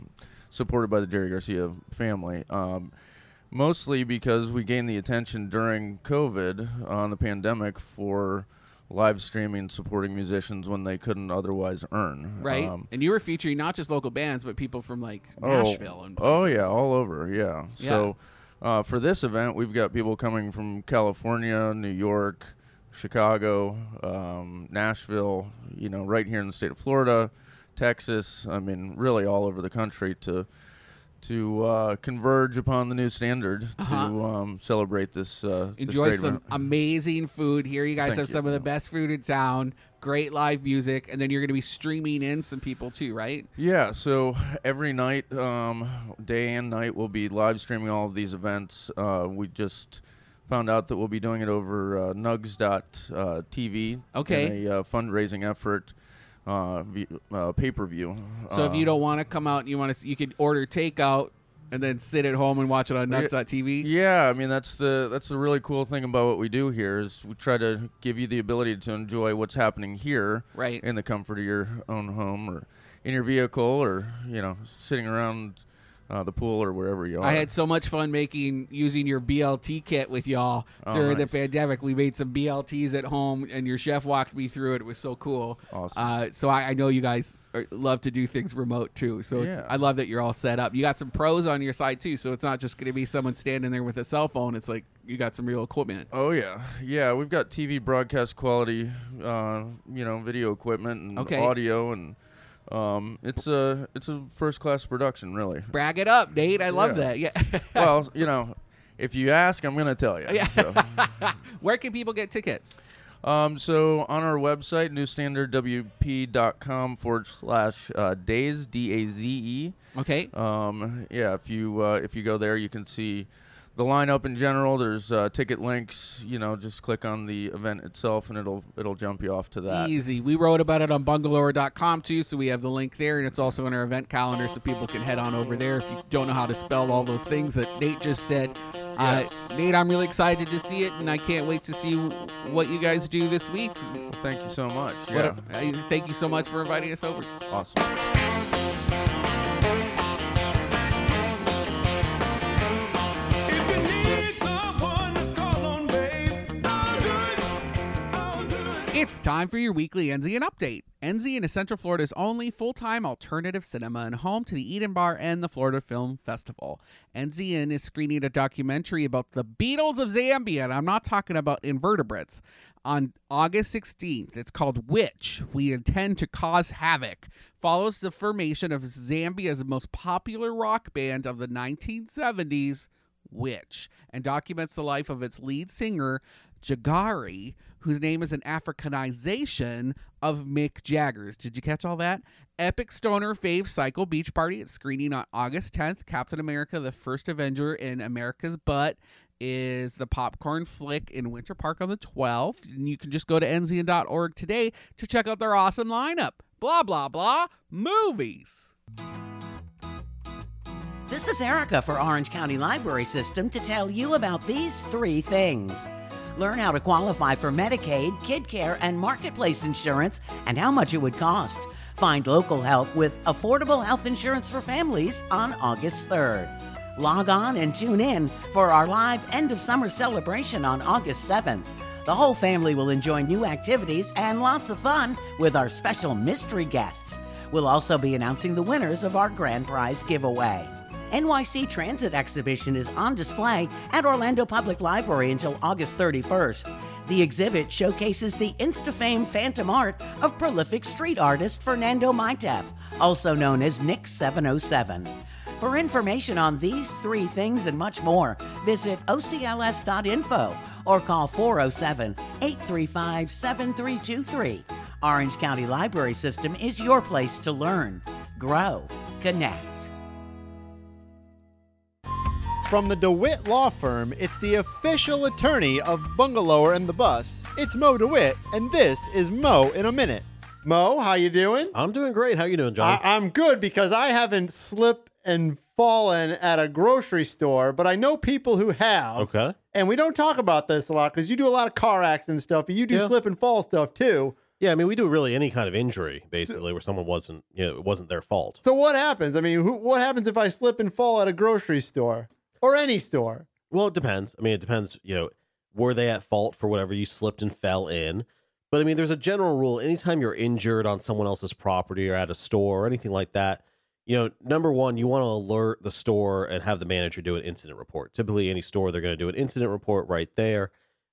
[SPEAKER 4] supported by the Jerry Garcia family. Um, mostly because we gained the attention during COVID on the pandemic for live streaming, supporting musicians when they couldn't otherwise earn.
[SPEAKER 1] right?
[SPEAKER 4] Um,
[SPEAKER 1] and you were featuring not just local bands, but people from like
[SPEAKER 4] Oh,
[SPEAKER 1] Nashville and
[SPEAKER 4] oh
[SPEAKER 1] places.
[SPEAKER 4] yeah, all over. Yeah.
[SPEAKER 1] Yeah.
[SPEAKER 4] So uh, for this event, we've got people coming from California, New York, Chicago, um, Nashville. You know, right here in the state of Florida, Texas. I mean, really all over the country to to uh, converge upon the new standard to
[SPEAKER 1] Uh-huh.
[SPEAKER 4] um, celebrate this. Uh, this
[SPEAKER 1] Enjoy
[SPEAKER 4] great
[SPEAKER 1] some
[SPEAKER 4] event.
[SPEAKER 1] amazing food here. You guys
[SPEAKER 4] Thank
[SPEAKER 1] have
[SPEAKER 4] you.
[SPEAKER 1] some of the best food in town. Great live music, and then you're going to be streaming in some people too, right?
[SPEAKER 4] Yeah, so every night, um, day and night, we'll be live streaming all of these events. Uh, we just found out that we'll be doing it over uh, nugs.tv.
[SPEAKER 1] Okay.
[SPEAKER 4] In a uh, fundraising effort, uh, v- uh, pay per view.
[SPEAKER 1] So
[SPEAKER 4] Um,
[SPEAKER 1] if you don't want to come out, and you want to, you could order takeout and then sit at home and watch it on Nuts.tv.
[SPEAKER 4] Yeah, I mean that's the that's the really cool thing about what we do here is we try to give you the ability to enjoy what's happening here,
[SPEAKER 1] Right.
[SPEAKER 4] in the comfort of your own home or in your vehicle or you know sitting around uh, the pool or wherever you are.
[SPEAKER 1] I had so much fun making using your BLT kit with y'all
[SPEAKER 4] Oh,
[SPEAKER 1] during the
[SPEAKER 4] nice.
[SPEAKER 1] pandemic. We made some BLTs at home, and your chef walked me through it. It was so cool.
[SPEAKER 4] Awesome.
[SPEAKER 1] Uh, so I, I know you guys are, love to do things remote too. So it's,
[SPEAKER 4] Yeah.
[SPEAKER 1] I love that you're all set up. You got some pros on your side too. So it's not just going to be someone standing there with a cell phone. It's like you got some real equipment.
[SPEAKER 4] Oh yeah, yeah. We've got TV broadcast quality, uh, you know, video equipment and
[SPEAKER 1] Okay.
[SPEAKER 4] audio and Um, it's a it's a first class production, really.
[SPEAKER 1] Brag it up, Nate. I love
[SPEAKER 4] Yeah.
[SPEAKER 1] that. Yeah.
[SPEAKER 4] well, you know, if you ask, I'm gonna tell you.
[SPEAKER 1] Yeah.
[SPEAKER 4] So,
[SPEAKER 1] Where can people get tickets?
[SPEAKER 4] um, so on our website, newstandardwp.com forward slash uh, days d a z e.
[SPEAKER 1] Okay.
[SPEAKER 4] Um, yeah, if you uh, if you go there, you can see the lineup in general. There's uh, ticket links. You know, just click on the event itself, and it'll it'll jump you off to that.
[SPEAKER 1] Easy. We wrote about it on bungalower.com too, so we have the link there, and it's also in our event calendar, so people can head on over there if you don't know how to spell all those things that Nate just said. Uh, Nate, I'm really excited to see it, and I can't wait to see what you guys do this week.
[SPEAKER 4] Well, thank you so much. Yeah,
[SPEAKER 1] What a- I- thank you so much for inviting us over.
[SPEAKER 4] awesome.
[SPEAKER 2] If you need someone to call on, babe, I'll do it. I'll do it.
[SPEAKER 1] It's time for your weekly Enzian update. Enzian is Central Florida's only full time alternative cinema and home to the Eden Bar and the Florida Film Festival. Enzian is screening a documentary about the Beatles of Zambia, and I'm not talking about invertebrates, on August 16th. It's called Witch We Intend to Cause Havoc. Follows the formation of Zambia's most popular rock band of the 1970s, Witch, and documents the life of its lead singer, Jagari, whose name is an Africanization of Mick Jagger's. Did you catch all that? Epic Stoner Fave Cycle Beach Party. It's screening on August 10th. Captain America, the first Avenger in America's Butt. Is the popcorn flick in Winter Park on the 12th? And you can just go to nzn.org today to check out their awesome lineup. Blah, blah, blah. Movies.
[SPEAKER 5] This is Erica for Orange County Library System to tell you about these three things. Learn how to qualify for Medicaid, Kid Care, and Marketplace insurance and how much it would cost. Find local help with affordable health insurance for families on August 3rd. Log on and tune in for our live end of summer celebration on August 7th. The whole family will enjoy new activities and lots of fun with our special mystery guests. We'll also be announcing the winners of our grand prize giveaway. NYC Transit Exhibition is on display at Orlando Public Library until August 31st. The exhibit showcases the Instafame phantom art of prolific street artist Fernando Maitef, also known as Nick 707. For information on these three things and much more, visit ocls.info or call 407 835 7323. Orange County Library System is your place to learn, grow, connect.
[SPEAKER 3] From the DeWitt Law Firm, it's the official attorney of Bungalower and the Bus. It's Mo DeWitt, and this is Mo in a minute. Mo, how you doing?
[SPEAKER 6] I'm doing great. How you doing, John?
[SPEAKER 3] I- I'm good because I haven't slipped and fallen at a grocery store, but I know people who have.
[SPEAKER 6] okay.
[SPEAKER 3] And we don't talk about this a lot because you do a lot of car accident stuff, but you do
[SPEAKER 6] Yeah.
[SPEAKER 3] slip and fall stuff too.
[SPEAKER 6] Yeah, I mean, we do really any kind of injury basically where someone wasn't, you know, it wasn't their fault.
[SPEAKER 3] So what happens? I mean, who, what happens if I slip and fall at a grocery store or any store?
[SPEAKER 6] Well, it depends. I mean, it depends. You know, were they at fault for whatever you slipped and fell in? But I mean, there's a general rule. Anytime you're injured on someone else's property or at a store or anything like that, you know, number one, you want to alert the store and have the manager do an incident report. Typically, any store they're going to do an incident report right there,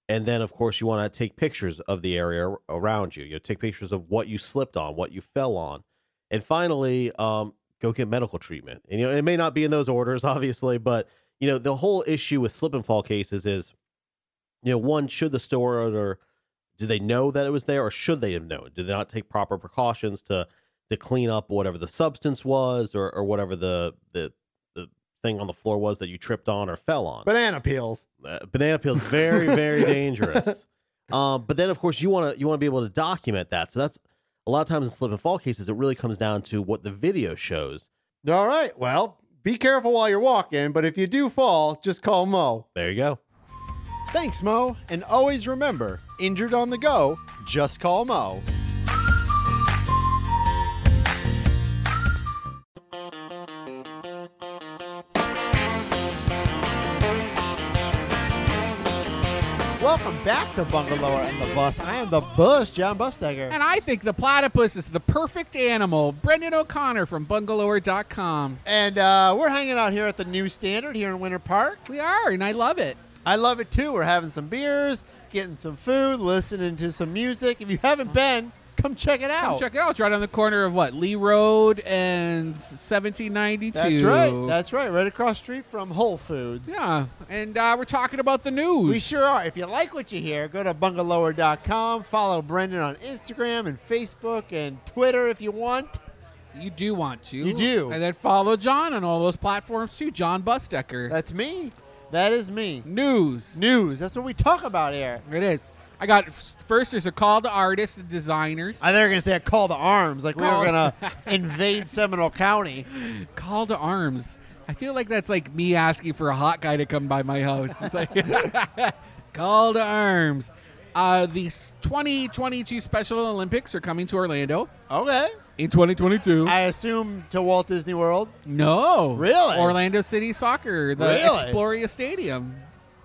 [SPEAKER 6] and then of course you want to take pictures of the area around you. You know, take pictures of what you slipped on, what you fell on, and finally, um, go get medical treatment. And you know, it may not be in those orders, obviously, but you know the whole issue with slip and fall cases is you know one should the store owner do they know that it was there or should they have known did they not take proper precautions to to clean up whatever the substance was or, or whatever the, the the thing on the floor was that you tripped on or fell on
[SPEAKER 3] Banana peels.
[SPEAKER 6] uh, banana peels very very dangerous um, but then of course you want to you want to be able to document that so that's a lot of times in slip and fall cases it really comes down to what the video shows
[SPEAKER 3] All right. Well, be careful while you're walking, but if you do fall, just call Mo.
[SPEAKER 6] there you go
[SPEAKER 3] Thanks, Mo. And always remember injured on the go, just call Mo. Welcome back to Bungalower and the Bus. I am the bus, John Bustegger.
[SPEAKER 1] And I think the platypus is the perfect animal. Brendan O'Connor from bungalower.com.
[SPEAKER 3] And uh, we're hanging out here at the new standard here in Winter Park.
[SPEAKER 1] We are, and I love it.
[SPEAKER 3] I love it too. We're having some beers, getting some food, listening to some music. If you haven't been, Come check it out.
[SPEAKER 1] Come check it out. It's right on the corner of what Lee Road and 1792.
[SPEAKER 3] That's right. That's right. Right across street from Whole Foods.
[SPEAKER 1] yeah, and uh, we're talking about the news.
[SPEAKER 3] We sure are. If you like what you hear, go to bungalower.com. Follow Brendan on Instagram and Facebook and Twitter if you want.
[SPEAKER 1] you do want to.
[SPEAKER 3] You do.
[SPEAKER 1] and then follow John on all those platforms too. John Bustecker.
[SPEAKER 3] That's me. That is me.
[SPEAKER 1] news.
[SPEAKER 3] News. That's what we talk about here.
[SPEAKER 1] It is. I got first. There's a call to artists and designers.
[SPEAKER 3] I think we're gonna say a call to arms, like we
[SPEAKER 1] Call-
[SPEAKER 3] were gonna invade Seminole County.
[SPEAKER 1] call to arms. I feel like that's like me asking for a hot guy to come by my house. It's like call to arms. Uh, the s- 2022 Special Olympics are coming to Orlando
[SPEAKER 3] Okay.
[SPEAKER 1] in 2022.
[SPEAKER 3] I assume to Walt Disney World.
[SPEAKER 1] no,
[SPEAKER 3] Really?
[SPEAKER 1] Orlando City Soccer, the
[SPEAKER 3] Really?
[SPEAKER 1] Exploria Stadium.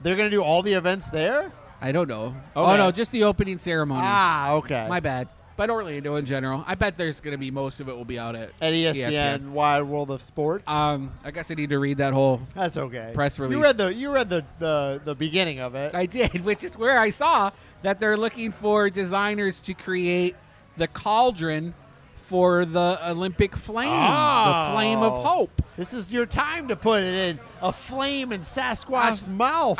[SPEAKER 3] They're gonna do all the events there.
[SPEAKER 1] I don't know.
[SPEAKER 3] Okay.
[SPEAKER 1] Oh no, just the opening ceremonies.
[SPEAKER 3] Ah, okay.
[SPEAKER 1] My bad. But Orlando in general, I bet there's going to be most of it will be out at
[SPEAKER 3] At E ESPN,
[SPEAKER 1] E
[SPEAKER 3] Wide World of Sports.
[SPEAKER 1] Um, I guess I need to read that whole
[SPEAKER 3] That's okay.
[SPEAKER 1] press
[SPEAKER 3] You
[SPEAKER 1] release.
[SPEAKER 3] read the you read the the, the beginning of it.
[SPEAKER 1] I did, which is where I saw that they're looking for designers to create the cauldron for the Olympic flame,
[SPEAKER 3] Oh.
[SPEAKER 1] the flame of hope.
[SPEAKER 3] This is your time to put it in a flame in Sasquatch's mouth.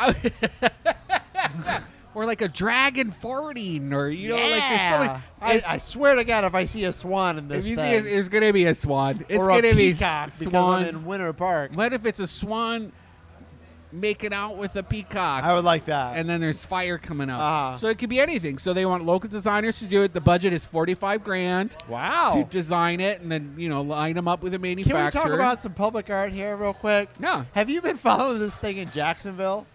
[SPEAKER 1] Or like a dragon farting, or you know, like there's so
[SPEAKER 3] yeah.
[SPEAKER 1] many.
[SPEAKER 3] I, I swear to God, if I see a swan in this
[SPEAKER 1] if you see,
[SPEAKER 3] thing,
[SPEAKER 1] it, it's gonna be a swan. It's
[SPEAKER 3] or
[SPEAKER 1] gonna
[SPEAKER 3] a
[SPEAKER 1] be
[SPEAKER 3] peacock
[SPEAKER 1] s-
[SPEAKER 3] because I'm
[SPEAKER 1] swans.
[SPEAKER 3] in Winter Park,
[SPEAKER 1] What if it's a swan making out with a peacock?
[SPEAKER 3] I would like that.
[SPEAKER 1] and then there's fire coming up.
[SPEAKER 3] Uh-huh.
[SPEAKER 1] So it could be anything. So they want local designers to do it. The budget is 45 grand.
[SPEAKER 3] wow.
[SPEAKER 1] to design it and then you know line them up with a
[SPEAKER 3] Oh. Can we
[SPEAKER 1] manufacturer.
[SPEAKER 3] talk about some public art here, real quick?
[SPEAKER 1] Yeah.
[SPEAKER 3] Have you been following this thing in Jacksonville?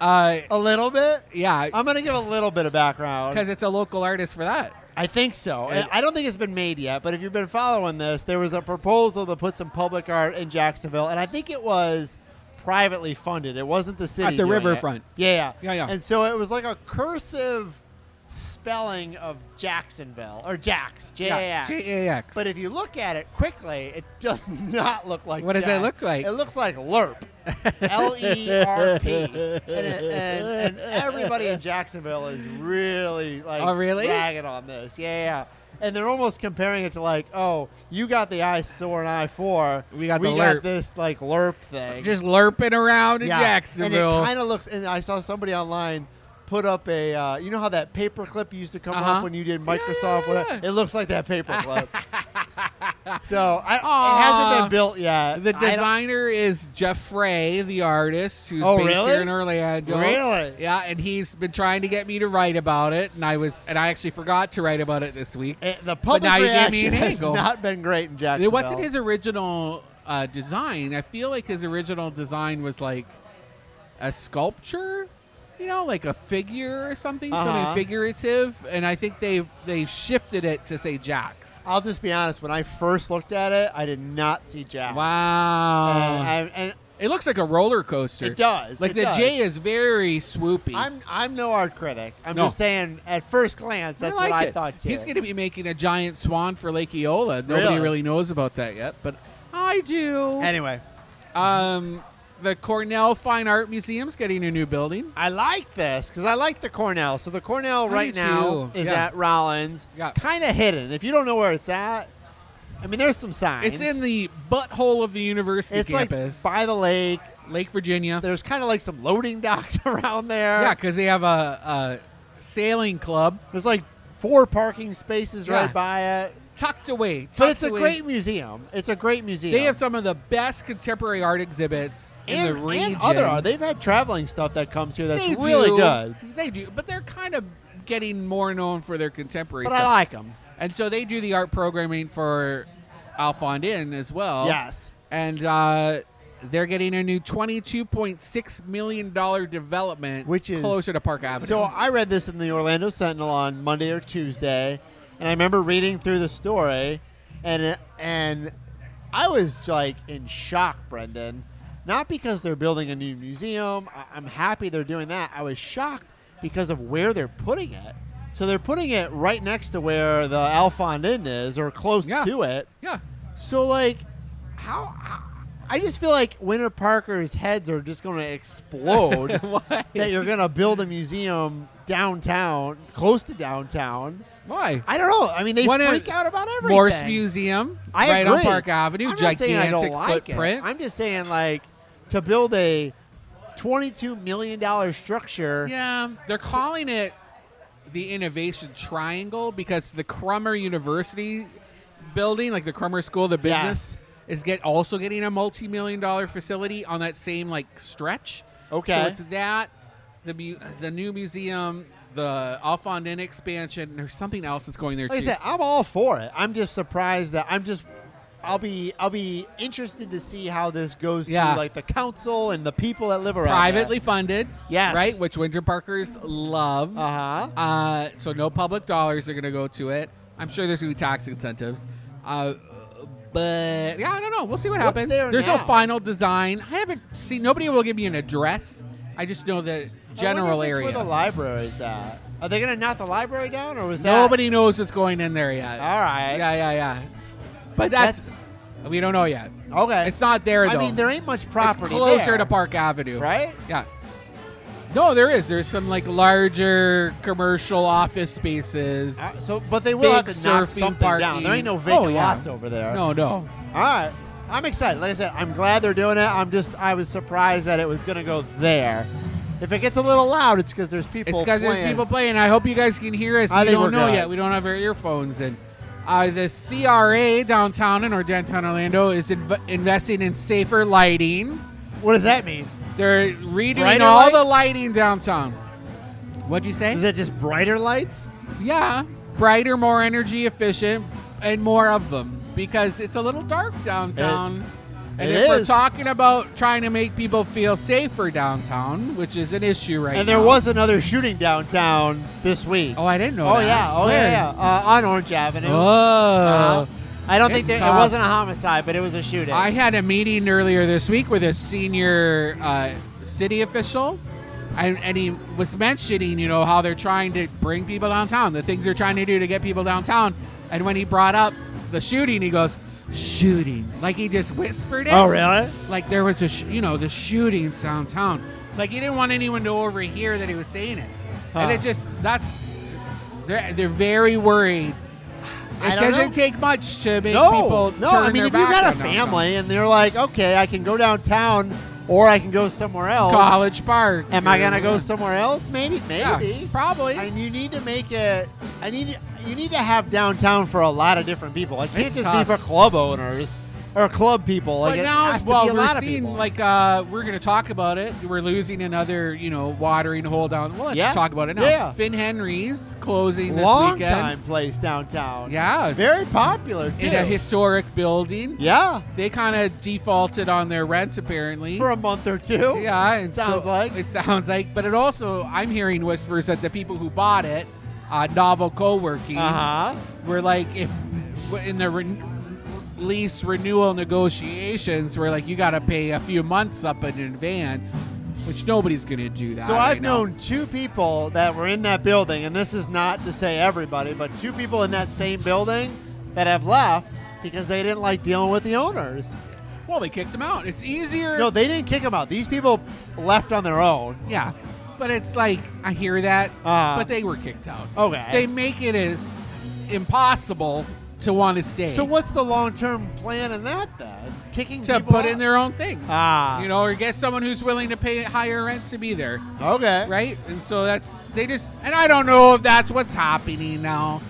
[SPEAKER 3] Oh.
[SPEAKER 1] uh,
[SPEAKER 3] A little bit.
[SPEAKER 1] yeah,
[SPEAKER 3] I'm gonna give a little bit of background.
[SPEAKER 1] because it's a local artist for that.
[SPEAKER 3] I think so.
[SPEAKER 1] And-
[SPEAKER 3] I I don't think it's been made yet, but if you've been following this, there was a proposal to put some public art in Jacksonville, and I think it was privately funded. It wasn't the city
[SPEAKER 1] At the
[SPEAKER 3] doing it.
[SPEAKER 1] riverfront.
[SPEAKER 3] Yeah, yeah,
[SPEAKER 1] Yeah, yeah.
[SPEAKER 3] And so it was like a cursive spelling of Jacksonville or Jax, J A X.
[SPEAKER 1] JAX.
[SPEAKER 3] But if you look at it quickly, it does not look like.
[SPEAKER 1] What does
[SPEAKER 3] Jack.
[SPEAKER 1] it look like?
[SPEAKER 3] It looks like LERP. L E R P. And, it- and, and everybody in Jacksonville is really like
[SPEAKER 1] Oh, really?
[SPEAKER 3] ragging on this. Yeah, yeah. And they're almost comparing it to like, oh, you got the I sore and I four.
[SPEAKER 1] We got
[SPEAKER 3] we
[SPEAKER 1] the
[SPEAKER 3] got
[SPEAKER 1] LERP.
[SPEAKER 3] this like LERP thing.
[SPEAKER 1] just lerping around in
[SPEAKER 3] Yeah.
[SPEAKER 1] Jacksonville.
[SPEAKER 3] And it kind of looks. And I saw somebody online put up a. Uh, you know how that paperclip used to come
[SPEAKER 1] Uh-huh.
[SPEAKER 3] up when you did
[SPEAKER 1] Yeah,
[SPEAKER 3] Microsoft.
[SPEAKER 1] yeah,
[SPEAKER 3] whatever?
[SPEAKER 1] yeah.
[SPEAKER 3] It looks like that paperclip. so I,
[SPEAKER 1] Aw.
[SPEAKER 3] it hasn't been built yet.
[SPEAKER 1] the
[SPEAKER 3] I don't-
[SPEAKER 1] designer is Jeff Frey, the artist who's
[SPEAKER 3] Oh,
[SPEAKER 1] based
[SPEAKER 3] really?
[SPEAKER 1] here in Orlando.
[SPEAKER 3] Really?
[SPEAKER 1] Yeah, and he's been trying to get me to write about it, and I was, and I actually forgot to write about it this week.
[SPEAKER 3] eh, the public
[SPEAKER 1] now you gave me
[SPEAKER 3] reaction
[SPEAKER 1] an
[SPEAKER 3] has
[SPEAKER 1] angle.
[SPEAKER 3] not been great in Jacksonville.
[SPEAKER 1] It wasn't his original uh, design. I feel like his original design was like a sculpture, you know, like a figure or something,
[SPEAKER 3] Uh-huh.
[SPEAKER 1] something figurative. And I think they they shifted it to say Jax.
[SPEAKER 3] I'll just be honest. When I first looked at it, I did not see Jack.
[SPEAKER 1] Wow,
[SPEAKER 3] And, I- and
[SPEAKER 1] it looks like a roller coaster.
[SPEAKER 3] It does.
[SPEAKER 1] Like
[SPEAKER 3] It
[SPEAKER 1] the
[SPEAKER 3] does.
[SPEAKER 1] J is very swoopy.
[SPEAKER 3] I'm I'm no art critic. I'm
[SPEAKER 1] No.
[SPEAKER 3] just saying at first glance that's
[SPEAKER 1] like
[SPEAKER 3] what I
[SPEAKER 1] it.
[SPEAKER 3] thought too.
[SPEAKER 1] He's going to be making a giant swan for Lake Eola. Nobody
[SPEAKER 3] Really?
[SPEAKER 1] really knows about that yet, but I do.
[SPEAKER 3] anyway.
[SPEAKER 1] um, the Cornell Fine Art Museum's getting a new building.
[SPEAKER 3] I like this because I like the Cornell. So the Cornell
[SPEAKER 1] I
[SPEAKER 3] right
[SPEAKER 1] do
[SPEAKER 3] now
[SPEAKER 1] too.
[SPEAKER 3] is
[SPEAKER 1] Yeah.
[SPEAKER 3] at Rollins,
[SPEAKER 1] Yeah.
[SPEAKER 3] kind of hidden. If you don't know where it's at, I mean, there's some signs.
[SPEAKER 1] It's in the butthole of the university
[SPEAKER 3] It's like
[SPEAKER 1] campus,
[SPEAKER 3] by the lake.
[SPEAKER 1] Lake Virginia.
[SPEAKER 3] There's kind of like some loading docks around there.
[SPEAKER 1] Yeah, because they have a, a sailing club
[SPEAKER 3] There's like four parking spaces
[SPEAKER 1] Yeah.
[SPEAKER 3] right by it.
[SPEAKER 1] tucked away.
[SPEAKER 3] But
[SPEAKER 1] tucked
[SPEAKER 3] it's a
[SPEAKER 1] away.
[SPEAKER 3] great museum. It's a great museum.
[SPEAKER 1] They have some of the best contemporary art exhibits
[SPEAKER 3] and,
[SPEAKER 1] in the region.
[SPEAKER 3] and other. art. They've had traveling stuff that comes here that's
[SPEAKER 1] They
[SPEAKER 3] really
[SPEAKER 1] do.
[SPEAKER 3] good.
[SPEAKER 1] They do, but they're kind of getting more known for their contemporary
[SPEAKER 3] But
[SPEAKER 1] stuff.
[SPEAKER 3] I like them.
[SPEAKER 1] and so they do the art programming for Alphonse Inn as well.
[SPEAKER 3] Yes.
[SPEAKER 1] And uh, they're getting a new $22.6 million development,
[SPEAKER 3] Which is-
[SPEAKER 1] closer to Park Avenue.
[SPEAKER 3] So I read this in the Orlando Sentinel on Monday or Tuesday, and I remember reading through the story, and and I was like in shock, Brendan. Not because they're building a new museum. I- I'm happy they're doing that. I was shocked because of where they're putting it. So they're putting it right next to where the Alphond Inn is, or close
[SPEAKER 1] Yeah.
[SPEAKER 3] to it.
[SPEAKER 1] yeah.
[SPEAKER 3] So like, how I just feel like Winter Parker's heads are just going to explode.
[SPEAKER 1] Why?
[SPEAKER 3] that you're going to build a museum downtown, close to downtown.
[SPEAKER 1] Why?
[SPEAKER 3] I don't know. I mean, they
[SPEAKER 1] Wanna-
[SPEAKER 3] freak out about everything.
[SPEAKER 1] Morse Museum,
[SPEAKER 3] I
[SPEAKER 1] right on
[SPEAKER 3] agree.
[SPEAKER 1] Park Avenue,
[SPEAKER 3] I'm not saying I
[SPEAKER 1] gigantic
[SPEAKER 3] don't like
[SPEAKER 1] footprint.
[SPEAKER 3] It. I'm just saying, like, to build a $22 million structure.
[SPEAKER 1] Yeah, they're calling it the Innovation Triangle because the Crummer University building, like the Crummer School of the Business, is get also getting a multi-million dollar facility on that same like stretch.
[SPEAKER 3] Okay.
[SPEAKER 1] so it's that the mu- the new museum, the Alfondin expansion, and there's something else that's going there
[SPEAKER 3] Like I
[SPEAKER 1] too.
[SPEAKER 3] said, I'm all for it. I'm just surprised that I'm just. I'll be I'll be interested to see how this goes
[SPEAKER 1] Yeah.
[SPEAKER 3] through like the council and the people that live around there.
[SPEAKER 1] Privately funded,
[SPEAKER 3] Yes.
[SPEAKER 1] right? Which Winter Parkers love.
[SPEAKER 3] Uh-huh.
[SPEAKER 1] Uh, so no public dollars are going to go to it. I'm sure there's going to be tax incentives. Uh, but yeah, I don't know. We'll see what happens.
[SPEAKER 3] there
[SPEAKER 1] there's no
[SPEAKER 3] now?
[SPEAKER 1] final design. I haven't seen. Nobody will give me an address. I just know the general
[SPEAKER 3] I wonder if it's
[SPEAKER 1] area.
[SPEAKER 3] Where the library's at? Are they gonna knock the library down, or was that
[SPEAKER 1] Nobody knows what's going in there yet.
[SPEAKER 3] All right.
[SPEAKER 1] Yeah, yeah, yeah. But that's, we don't know yet.
[SPEAKER 3] Okay.
[SPEAKER 1] It's not there though.
[SPEAKER 3] I mean, there ain't much
[SPEAKER 1] it's
[SPEAKER 3] property.
[SPEAKER 1] closer
[SPEAKER 3] there,
[SPEAKER 1] to Park Avenue,
[SPEAKER 3] right?
[SPEAKER 1] Yeah. No, there is. There's some like larger commercial office spaces.
[SPEAKER 3] Uh, So, but they will have
[SPEAKER 1] Big
[SPEAKER 3] to knock
[SPEAKER 1] surfing
[SPEAKER 3] something down.
[SPEAKER 1] parking.
[SPEAKER 3] There ain't no vacant
[SPEAKER 1] Oh, yeah.
[SPEAKER 3] lots over there.
[SPEAKER 1] no, no.
[SPEAKER 3] All right. I'm excited. Like I said, I'm glad they're doing it. I'm just, I was surprised that it was gonna go there. If it gets a little loud, it's because there's people.
[SPEAKER 1] It's because there's
[SPEAKER 3] playing.
[SPEAKER 1] people playing. I hope you guys can hear us.
[SPEAKER 3] I
[SPEAKER 1] we
[SPEAKER 3] think
[SPEAKER 1] don't
[SPEAKER 3] we're
[SPEAKER 1] know
[SPEAKER 3] good.
[SPEAKER 1] yet. We don't have our earphones in. Uh, the CRA downtown in or downtown Orlando is inv- investing in safer lighting.
[SPEAKER 3] What does that mean?
[SPEAKER 1] They're redoing
[SPEAKER 3] Brighter
[SPEAKER 1] all
[SPEAKER 3] lights?
[SPEAKER 1] the lighting downtown. What'd you say?
[SPEAKER 3] Is that just brighter lights?
[SPEAKER 1] yeah, brighter, more energy efficient, and more of them because it's a little dark downtown. and
[SPEAKER 3] it
[SPEAKER 1] if we're
[SPEAKER 3] is.
[SPEAKER 1] talking about trying to make people feel safer downtown, which is an issue right now.
[SPEAKER 3] And there was another shooting downtown this week.
[SPEAKER 1] Oh, I didn't know.
[SPEAKER 3] Oh,
[SPEAKER 1] that.
[SPEAKER 3] yeah. Oh
[SPEAKER 1] Where?
[SPEAKER 3] yeah. yeah. Uh, on Orange Avenue.
[SPEAKER 1] Oh.
[SPEAKER 3] Uh, I don't think
[SPEAKER 1] It's
[SPEAKER 3] there, it
[SPEAKER 1] tough.
[SPEAKER 3] wasn't a homicide, but it was a shooting.
[SPEAKER 1] I had a meeting earlier this week with a senior uh, city official, and, and he was mentioning, you know, how they're trying to bring people downtown, the things they're trying to do to get people downtown. And when he brought up the shooting, he goes, "Shooting," like he just whispered it.
[SPEAKER 3] oh really?
[SPEAKER 1] Like there was a, sh- you know, the shootings downtown. Like he didn't want anyone to overhear that he was saying it, and
[SPEAKER 3] Huh.
[SPEAKER 1] it just that's they're they're very worried.
[SPEAKER 3] I
[SPEAKER 1] It
[SPEAKER 3] don't
[SPEAKER 1] doesn't
[SPEAKER 3] know.
[SPEAKER 1] take much to make
[SPEAKER 3] No,
[SPEAKER 1] people
[SPEAKER 3] no.
[SPEAKER 1] turn
[SPEAKER 3] I mean,
[SPEAKER 1] their
[SPEAKER 3] if you
[SPEAKER 1] back
[SPEAKER 3] got a
[SPEAKER 1] on downtown.
[SPEAKER 3] family and they're like, okay, I can go downtown, or I can go somewhere else.
[SPEAKER 1] College Park.
[SPEAKER 3] Am I gonna
[SPEAKER 1] or-
[SPEAKER 3] go somewhere else? Maybe,
[SPEAKER 1] Yeah,
[SPEAKER 3] maybe.
[SPEAKER 1] probably.
[SPEAKER 3] And you need to make it. I need. You need to have downtown for a lot of different people. It can't
[SPEAKER 1] It's
[SPEAKER 3] just
[SPEAKER 1] tough.
[SPEAKER 3] be for club owners or club people. Like
[SPEAKER 1] but
[SPEAKER 3] it
[SPEAKER 1] now,
[SPEAKER 3] has to
[SPEAKER 1] well,
[SPEAKER 3] be a lot
[SPEAKER 1] we're
[SPEAKER 3] of
[SPEAKER 1] seeing
[SPEAKER 3] people.
[SPEAKER 1] like uh, we're going to talk about it. We're losing another, you know, watering hole down. Well, let's
[SPEAKER 3] Yeah.
[SPEAKER 1] just talk about it now.
[SPEAKER 3] Yeah.
[SPEAKER 1] Finn Henry's closing this
[SPEAKER 3] long
[SPEAKER 1] weekend.
[SPEAKER 3] time place downtown.
[SPEAKER 1] Yeah,
[SPEAKER 3] very popular too.
[SPEAKER 1] in a historic building.
[SPEAKER 3] yeah,
[SPEAKER 1] They kind of defaulted on their rent apparently.
[SPEAKER 3] for a month or two.
[SPEAKER 1] yeah, and so-
[SPEAKER 3] sounds like.
[SPEAKER 1] it sounds like. But it also, I'm hearing whispers that the people who bought it, uh, Novel Co-working,
[SPEAKER 3] Uh huh.
[SPEAKER 1] We're like if in the re- lease renewal negotiations we're like you got to pay a few months up in advance which nobody's gonna do that
[SPEAKER 3] So
[SPEAKER 1] I
[SPEAKER 3] I've
[SPEAKER 1] know.
[SPEAKER 3] known two people that were in that building, and this is not to say everybody, but two people in that same building that have left because they didn't like dealing with the owners.
[SPEAKER 1] well they kicked him out it's easier
[SPEAKER 3] No, they didn't kick them out. These people left on their own.
[SPEAKER 1] yeah but it's like i hear that
[SPEAKER 3] Uh-huh.
[SPEAKER 1] but they were kicked out
[SPEAKER 3] Okay.
[SPEAKER 1] they make it as impossible to want to stay
[SPEAKER 3] so what's the long-term plan in that then? Kicking
[SPEAKER 1] to
[SPEAKER 3] people
[SPEAKER 1] put
[SPEAKER 3] out?
[SPEAKER 1] in their own thing
[SPEAKER 3] ah,
[SPEAKER 1] you know or get someone who's willing to pay higher rent to be there
[SPEAKER 3] okay,
[SPEAKER 1] right? And so that's they just and I don't know if that's what's happening now,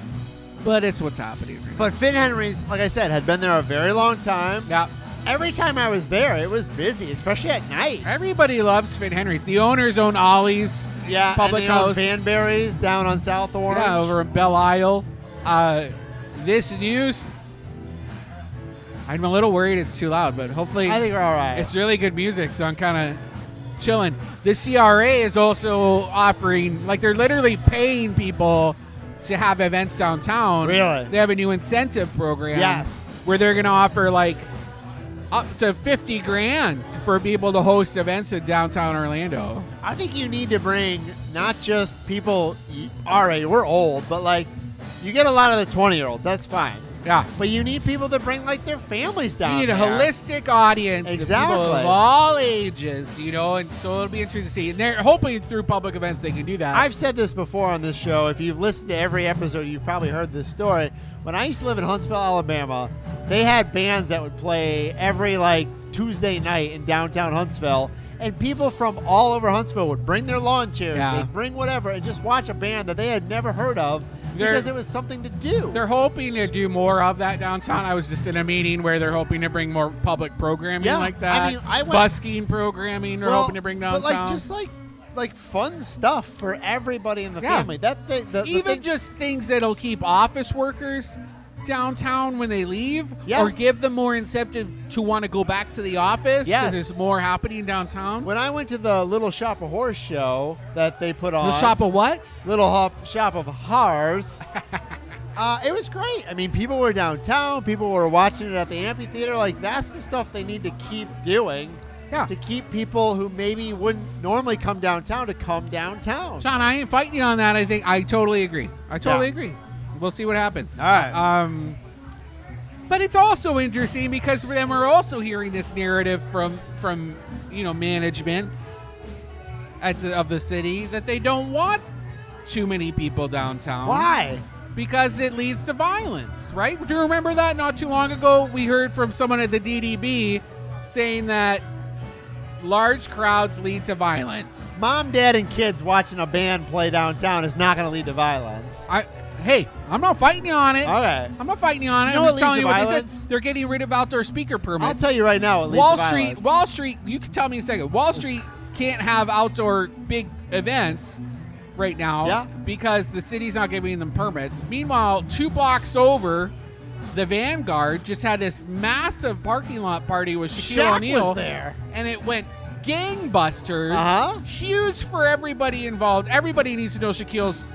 [SPEAKER 1] but it's what's happening. Right
[SPEAKER 3] But Finn Henry's, like I said, had been there a very long time.
[SPEAKER 1] now.
[SPEAKER 3] Every time I was there, it was busy, especially at night.
[SPEAKER 1] Yeah, everybody loves Finn Henry's. The owners own Ollie's,
[SPEAKER 3] Yeah, and
[SPEAKER 1] public
[SPEAKER 3] they own
[SPEAKER 1] house,
[SPEAKER 3] Vanberry's down on South Orange.
[SPEAKER 1] yeah, over in Belle Isle. Uh, this news, I'm a little worried it's too loud, but hopefully
[SPEAKER 3] I think we're all right.
[SPEAKER 1] It's really good music, so I'm kind of chilling. The CRA is also offering, like, they're literally paying people to have events downtown.
[SPEAKER 3] Really?
[SPEAKER 1] They have a new incentive program.
[SPEAKER 3] Yes.
[SPEAKER 1] Where they're going to offer, like, up to 50 grand for people to host events in downtown Orlando.
[SPEAKER 3] I think you need to bring not just people. All right, we're old, but like you get a lot of the twenty-year-olds. That's fine.
[SPEAKER 1] Yeah.
[SPEAKER 3] But you need people to bring like their families down.
[SPEAKER 1] You need a
[SPEAKER 3] there.
[SPEAKER 1] holistic audience, of
[SPEAKER 3] Exactly.
[SPEAKER 1] people of all ages, you know, and so it'll be interesting to see. And they're hoping through public events they can do that.
[SPEAKER 3] I've said this before on this show. If you've listened to every episode, you've probably heard this story. When I used to live in Huntsville, Alabama, they had bands that would play every like Tuesday night in downtown Huntsville, and people from all over Huntsville would bring their lawn chairs,
[SPEAKER 1] Yeah.
[SPEAKER 3] they'd bring whatever, and just watch a band that they had never heard of
[SPEAKER 1] They're-
[SPEAKER 3] because it was something to do.
[SPEAKER 1] they're hoping to do more of that downtown. I was just in a meeting where they're hoping to bring more public programming
[SPEAKER 3] Yeah,
[SPEAKER 1] like
[SPEAKER 3] I
[SPEAKER 1] that.
[SPEAKER 3] mean, I went-
[SPEAKER 1] busking programming. They're
[SPEAKER 3] Well,
[SPEAKER 1] hoping to bring downtown.
[SPEAKER 3] But like just like like fun stuff for everybody in the
[SPEAKER 1] Yeah.
[SPEAKER 3] family. That thing, the, the
[SPEAKER 1] even
[SPEAKER 3] thing-
[SPEAKER 1] just things that'll keep office workers downtown when they leave
[SPEAKER 3] Yes.
[SPEAKER 1] or give them more incentive to want to go back to the office because
[SPEAKER 3] Yes.
[SPEAKER 1] there's more happening downtown.
[SPEAKER 3] when I went to the Little Shop of Horse show that they put on,
[SPEAKER 1] The shop of what?
[SPEAKER 3] Little Hop Shop of Horrors, uh, it was great. I mean, people were downtown, people were watching it at the amphitheater. Like that's the stuff they need to keep doing
[SPEAKER 1] Yeah.
[SPEAKER 3] to keep people who maybe wouldn't normally come downtown to come downtown.
[SPEAKER 1] Sean, I ain't fighting you on that. I think I totally agree. I totally
[SPEAKER 3] Yeah.
[SPEAKER 1] agree. We'll see what happens.
[SPEAKER 3] All right.
[SPEAKER 1] Um, but it's also interesting because then we're also hearing this narrative from from you know management at the, of the city that they don't want too many people downtown.
[SPEAKER 3] Why?
[SPEAKER 1] because it leads to violence, right? Do you remember that not too long ago? We heard from someone at the DDB saying that large crowds lead to violence.
[SPEAKER 3] Mom, dad, and kids watching a band play downtown is not going to lead to violence.
[SPEAKER 1] I hey, I'm not fighting you on it.
[SPEAKER 3] All right.
[SPEAKER 1] I'm not fighting you on it.
[SPEAKER 3] You know
[SPEAKER 1] I'm just
[SPEAKER 3] what
[SPEAKER 1] telling
[SPEAKER 3] leads
[SPEAKER 1] you
[SPEAKER 3] to
[SPEAKER 1] what they
[SPEAKER 3] violence?
[SPEAKER 1] said. They're getting rid of outdoor speaker permits.
[SPEAKER 3] I'll tell you right now. It leads
[SPEAKER 1] Wall
[SPEAKER 3] to
[SPEAKER 1] Street,
[SPEAKER 3] violence.
[SPEAKER 1] Wall Street. You can tell me in a second. Wall Street can't have outdoor big events right now
[SPEAKER 3] Yeah.
[SPEAKER 1] because the city's not giving them permits. Meanwhile, two blocks over, the Vanguard just had this massive parking lot party with Shaquille
[SPEAKER 3] Shaq
[SPEAKER 1] O'Neal
[SPEAKER 3] was there.
[SPEAKER 1] and it went gangbusters.
[SPEAKER 3] Uh-huh.
[SPEAKER 1] Huge for everybody involved. Everybody needs to know Shaquille's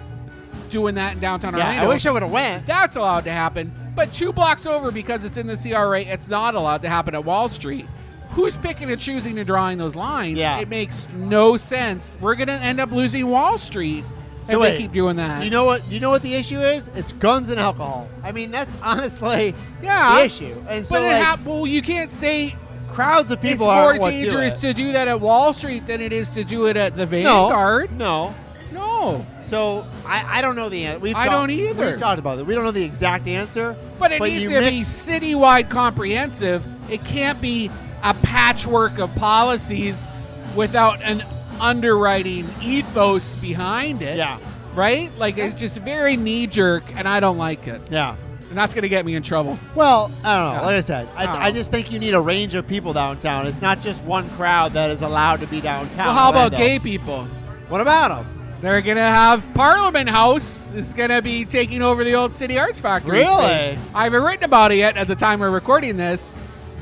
[SPEAKER 1] doing that in downtown
[SPEAKER 3] Yeah,
[SPEAKER 1] Orlando.
[SPEAKER 3] I wish I would have went.
[SPEAKER 1] That's allowed to happen. But two blocks over, because it's in the CRA, it's not allowed to happen at Wall Street. Who's picking and choosing and drawing those lines?
[SPEAKER 3] Yeah.
[SPEAKER 1] It makes no sense. We're going to end up losing Wall Street
[SPEAKER 3] So
[SPEAKER 1] if
[SPEAKER 3] wait,
[SPEAKER 1] they keep doing that.
[SPEAKER 3] Do you know what? Do you know what the issue is? It's guns and alcohol. I mean, that's honestly
[SPEAKER 1] Yeah.
[SPEAKER 3] the issue. And so
[SPEAKER 1] but it
[SPEAKER 3] like,
[SPEAKER 1] hap- well, you can't say
[SPEAKER 3] crowds of
[SPEAKER 1] it's
[SPEAKER 3] people are
[SPEAKER 1] more dangerous to do that at Wall Street than it is to do it at the
[SPEAKER 3] no,
[SPEAKER 1] Vanguard.
[SPEAKER 3] no.
[SPEAKER 1] No.
[SPEAKER 3] So I, I don't know the answer. We've
[SPEAKER 1] I
[SPEAKER 3] talked-
[SPEAKER 1] don't either.
[SPEAKER 3] We've talked about it. We don't know the exact answer.
[SPEAKER 1] But it needs
[SPEAKER 3] you
[SPEAKER 1] to be
[SPEAKER 3] mix-
[SPEAKER 1] citywide comprehensive. It can't be a patchwork of policies without an underwriting ethos behind it.
[SPEAKER 3] Yeah.
[SPEAKER 1] Right? Like it's just very knee jerk, and I don't like it.
[SPEAKER 3] Yeah.
[SPEAKER 1] And that's going to get me in trouble.
[SPEAKER 3] Well, I don't know.
[SPEAKER 1] Yeah.
[SPEAKER 3] Like I said, I,
[SPEAKER 1] I don't
[SPEAKER 3] I
[SPEAKER 1] know.
[SPEAKER 3] just think you need a range of people downtown. It's not just one crowd that is allowed to be downtown.
[SPEAKER 1] Well, how about
[SPEAKER 3] Orlando.
[SPEAKER 1] gay people?
[SPEAKER 3] What about them?
[SPEAKER 1] They're going to have Parliament House is going to be taking over the old City Arts Factory.
[SPEAKER 3] Really?
[SPEAKER 1] space. I haven't written about it yet at the time we're recording this.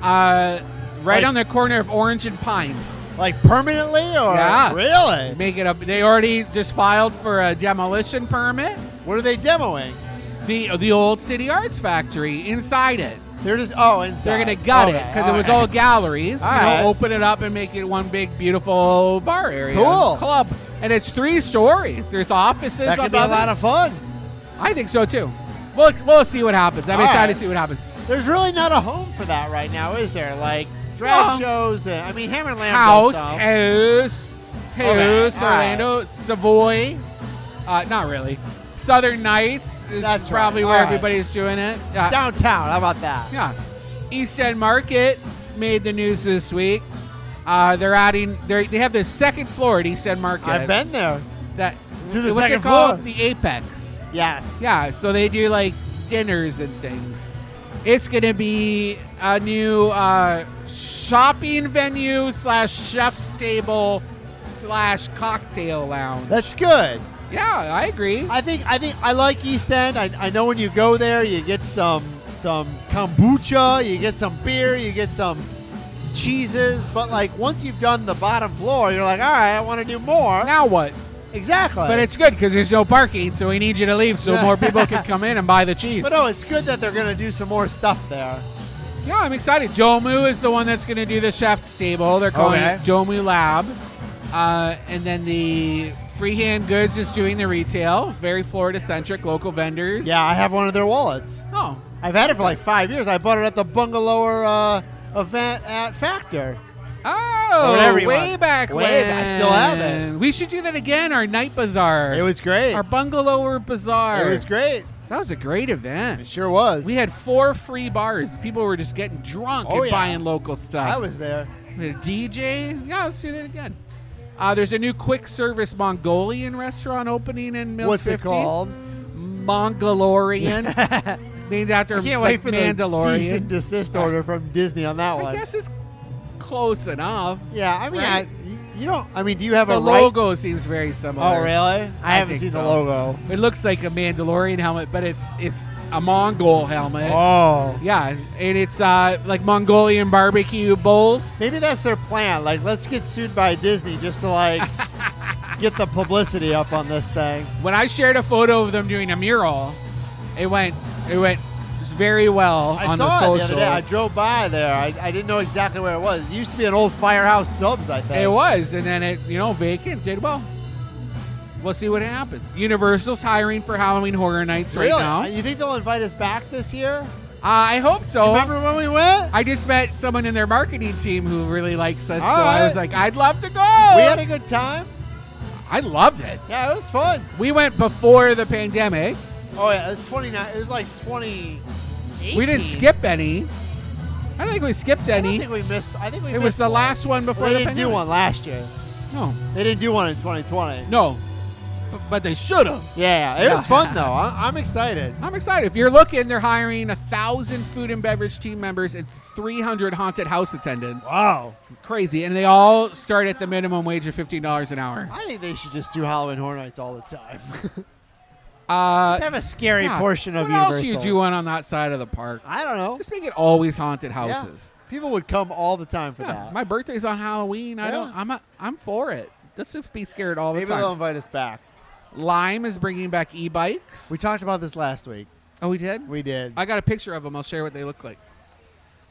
[SPEAKER 1] Uh, right
[SPEAKER 3] Like-
[SPEAKER 1] on the corner of Orange and Pine.
[SPEAKER 3] Like permanently or
[SPEAKER 1] Yeah.
[SPEAKER 3] really?
[SPEAKER 1] Make it up. They already just filed for a demolition permit.
[SPEAKER 3] What are they demoing?
[SPEAKER 1] The the old city arts factory inside it.
[SPEAKER 3] They're just oh, inside.
[SPEAKER 1] They're gonna gut
[SPEAKER 3] Okay,
[SPEAKER 1] it because it was
[SPEAKER 3] right.
[SPEAKER 1] all galleries.
[SPEAKER 3] All
[SPEAKER 1] you know,
[SPEAKER 3] right.
[SPEAKER 1] open it up and make it one big beautiful bar area,
[SPEAKER 3] Cool.
[SPEAKER 1] club, and it's three stories. There's offices.
[SPEAKER 3] That could be a
[SPEAKER 1] above
[SPEAKER 3] lot
[SPEAKER 1] it.
[SPEAKER 3] of fun.
[SPEAKER 1] I think so too. We'll we'll see what happens. I'm
[SPEAKER 3] All
[SPEAKER 1] excited
[SPEAKER 3] right.
[SPEAKER 1] to see what happens.
[SPEAKER 3] There's really not a home for that right now, is there? Like drag
[SPEAKER 1] No.
[SPEAKER 3] shows. And, I mean, Hammerland
[SPEAKER 1] House,
[SPEAKER 3] stuff.
[SPEAKER 1] house,
[SPEAKER 3] Okay,
[SPEAKER 1] house,
[SPEAKER 3] all right.
[SPEAKER 1] Orlando, Savoy. Uh, not really. Southern Nights is
[SPEAKER 3] That's right,
[SPEAKER 1] probably
[SPEAKER 3] all
[SPEAKER 1] where
[SPEAKER 3] right.
[SPEAKER 1] everybody's doing it. Uh, Yeah.
[SPEAKER 3] downtown. How about that?
[SPEAKER 1] Yeah. East End Market made the news this week. Uh, they're adding. They're, they have this second floor at East End Market.
[SPEAKER 3] I've been there.
[SPEAKER 1] that
[SPEAKER 3] To the
[SPEAKER 1] what's
[SPEAKER 3] second
[SPEAKER 1] it called?
[SPEAKER 3] floor.
[SPEAKER 1] The Apex.
[SPEAKER 3] Yes.
[SPEAKER 1] Yeah. So they do like dinners and things. It's gonna be a new uh, shopping venue slash chef's table slash cocktail lounge.
[SPEAKER 3] That's good.
[SPEAKER 1] yeah, I agree.
[SPEAKER 3] I think I think I like East End. I, I know when you go there, you get some some kombucha, you get some beer, you get some cheeses. But like once you've done the bottom floor, you're like, all right, I want to do more.
[SPEAKER 1] now what?
[SPEAKER 3] Exactly.
[SPEAKER 1] But it's good because there's no parking, so we need you to leave so more people can come in and buy the cheese.
[SPEAKER 3] but no, it's good that they're gonna do some more stuff there.
[SPEAKER 1] Yeah, I'm excited. Domu is the one that's going to do the chef's table. They're calling
[SPEAKER 3] Okay.
[SPEAKER 1] it Domu Lab. Uh, and then the Freehand Goods is doing the retail. Very Florida centric, local vendors.
[SPEAKER 3] Yeah, I have one of their wallets.
[SPEAKER 1] Oh,
[SPEAKER 3] I've had it for like five years. I bought it at the bungalower uh, event at Factor.
[SPEAKER 1] Oh,
[SPEAKER 3] whatever you
[SPEAKER 1] way
[SPEAKER 3] want.
[SPEAKER 1] back
[SPEAKER 3] Way
[SPEAKER 1] when.
[SPEAKER 3] back. I still have it.
[SPEAKER 1] We should do that again. Our night bazaar.
[SPEAKER 3] It was great.
[SPEAKER 1] our bungalower bazaar.
[SPEAKER 3] It was great.
[SPEAKER 1] That was a great
[SPEAKER 3] It
[SPEAKER 1] event.
[SPEAKER 3] sure was.
[SPEAKER 1] We had four free bars. People were just getting drunk
[SPEAKER 3] Oh,
[SPEAKER 1] and
[SPEAKER 3] yeah.
[SPEAKER 1] buying local stuff.
[SPEAKER 3] I was there.
[SPEAKER 1] We had a DJ. Yeah, let's do that again. Uh, there's a new quick service Mongolian restaurant opening in Mills
[SPEAKER 3] What's
[SPEAKER 1] 15.
[SPEAKER 3] it called?
[SPEAKER 1] Mongolorian, named after
[SPEAKER 3] I can't
[SPEAKER 1] like
[SPEAKER 3] wait for the cease and
[SPEAKER 1] Mandalorian.
[SPEAKER 3] desist order from Disney on that
[SPEAKER 1] I
[SPEAKER 3] one.
[SPEAKER 1] guess it's close enough.
[SPEAKER 3] Yeah, I mean,
[SPEAKER 1] Right.
[SPEAKER 3] I, you- you don't. I mean, do you have
[SPEAKER 1] The
[SPEAKER 3] a right-
[SPEAKER 1] logo seems very similar.
[SPEAKER 3] Oh, really? I, haven't
[SPEAKER 1] think
[SPEAKER 3] seen the
[SPEAKER 1] so.
[SPEAKER 3] logo.
[SPEAKER 1] It looks like a Mandalorian helmet, but it's it's a Mongol helmet.
[SPEAKER 3] Oh,
[SPEAKER 1] Yeah, and it's uh, like Mongolian barbecue bowls.
[SPEAKER 3] maybe that's their plan. Like, let's get sued by Disney just to like get the publicity up on this thing.
[SPEAKER 1] When I shared a photo of them doing a mural, it went it went very well
[SPEAKER 3] I
[SPEAKER 1] on the
[SPEAKER 3] saw it the
[SPEAKER 1] socials.
[SPEAKER 3] other day. I drove by there. I, I didn't know exactly where it was. It used to be an old firehouse subs, I think.
[SPEAKER 1] It was, and then it, you know, vacant did well. We'll see what happens. Universal's hiring for Halloween Horror Nights
[SPEAKER 3] really.
[SPEAKER 1] right now. Uh,
[SPEAKER 3] You think they'll invite us back this year?
[SPEAKER 1] I hope so.
[SPEAKER 3] Remember when we went?
[SPEAKER 1] I just met someone in their marketing team who really likes us,
[SPEAKER 3] All
[SPEAKER 1] so I
[SPEAKER 3] right.
[SPEAKER 1] was like, I'd love to go.
[SPEAKER 3] we had a good time.
[SPEAKER 1] I loved it.
[SPEAKER 3] Yeah, it was fun.
[SPEAKER 1] We went before the pandemic.
[SPEAKER 3] Oh yeah, it was twenty nine. It was like twenty.
[SPEAKER 1] We didn't skip any. I don't think we skipped
[SPEAKER 3] I don't
[SPEAKER 1] any.
[SPEAKER 3] think we missed. I think we.
[SPEAKER 1] It was
[SPEAKER 3] missed
[SPEAKER 1] the
[SPEAKER 3] one.
[SPEAKER 1] last one before
[SPEAKER 3] Well, they
[SPEAKER 1] the
[SPEAKER 3] didn't do
[SPEAKER 1] pandemic.
[SPEAKER 3] one last year.
[SPEAKER 1] No,
[SPEAKER 3] They didn't do one in 2020.
[SPEAKER 1] no, but, but they should have.
[SPEAKER 3] Yeah, it was fun though. I, I'm excited.
[SPEAKER 1] I'm excited. If you're looking, they're hiring a thousand food and beverage team members and 300 haunted house attendants.
[SPEAKER 3] Wow.
[SPEAKER 1] Crazy, and they all start at the minimum wage of fifteen dollars an hour.
[SPEAKER 3] I think they should just do Halloween Horror Nights all the time.
[SPEAKER 1] Uh,
[SPEAKER 3] have a scary
[SPEAKER 1] yeah.
[SPEAKER 3] portion of
[SPEAKER 1] what else
[SPEAKER 3] Universal.
[SPEAKER 1] you doing on that side of the park?
[SPEAKER 3] I don't know.
[SPEAKER 1] Just make it always haunted
[SPEAKER 3] Yeah.
[SPEAKER 1] houses.
[SPEAKER 3] People would come all the time for
[SPEAKER 1] Yeah,
[SPEAKER 3] that.
[SPEAKER 1] my birthday's on Halloween. I
[SPEAKER 3] Yeah.
[SPEAKER 1] don't. I'm a, I'm for it. Let's just be scared all the
[SPEAKER 3] Maybe they'll
[SPEAKER 1] time.
[SPEAKER 3] invite us back.
[SPEAKER 1] Lime is bringing back e-bikes.
[SPEAKER 3] We talked about this last week.
[SPEAKER 1] oh, we did.
[SPEAKER 3] We did.
[SPEAKER 1] I got a picture of them. I'll share what they look like.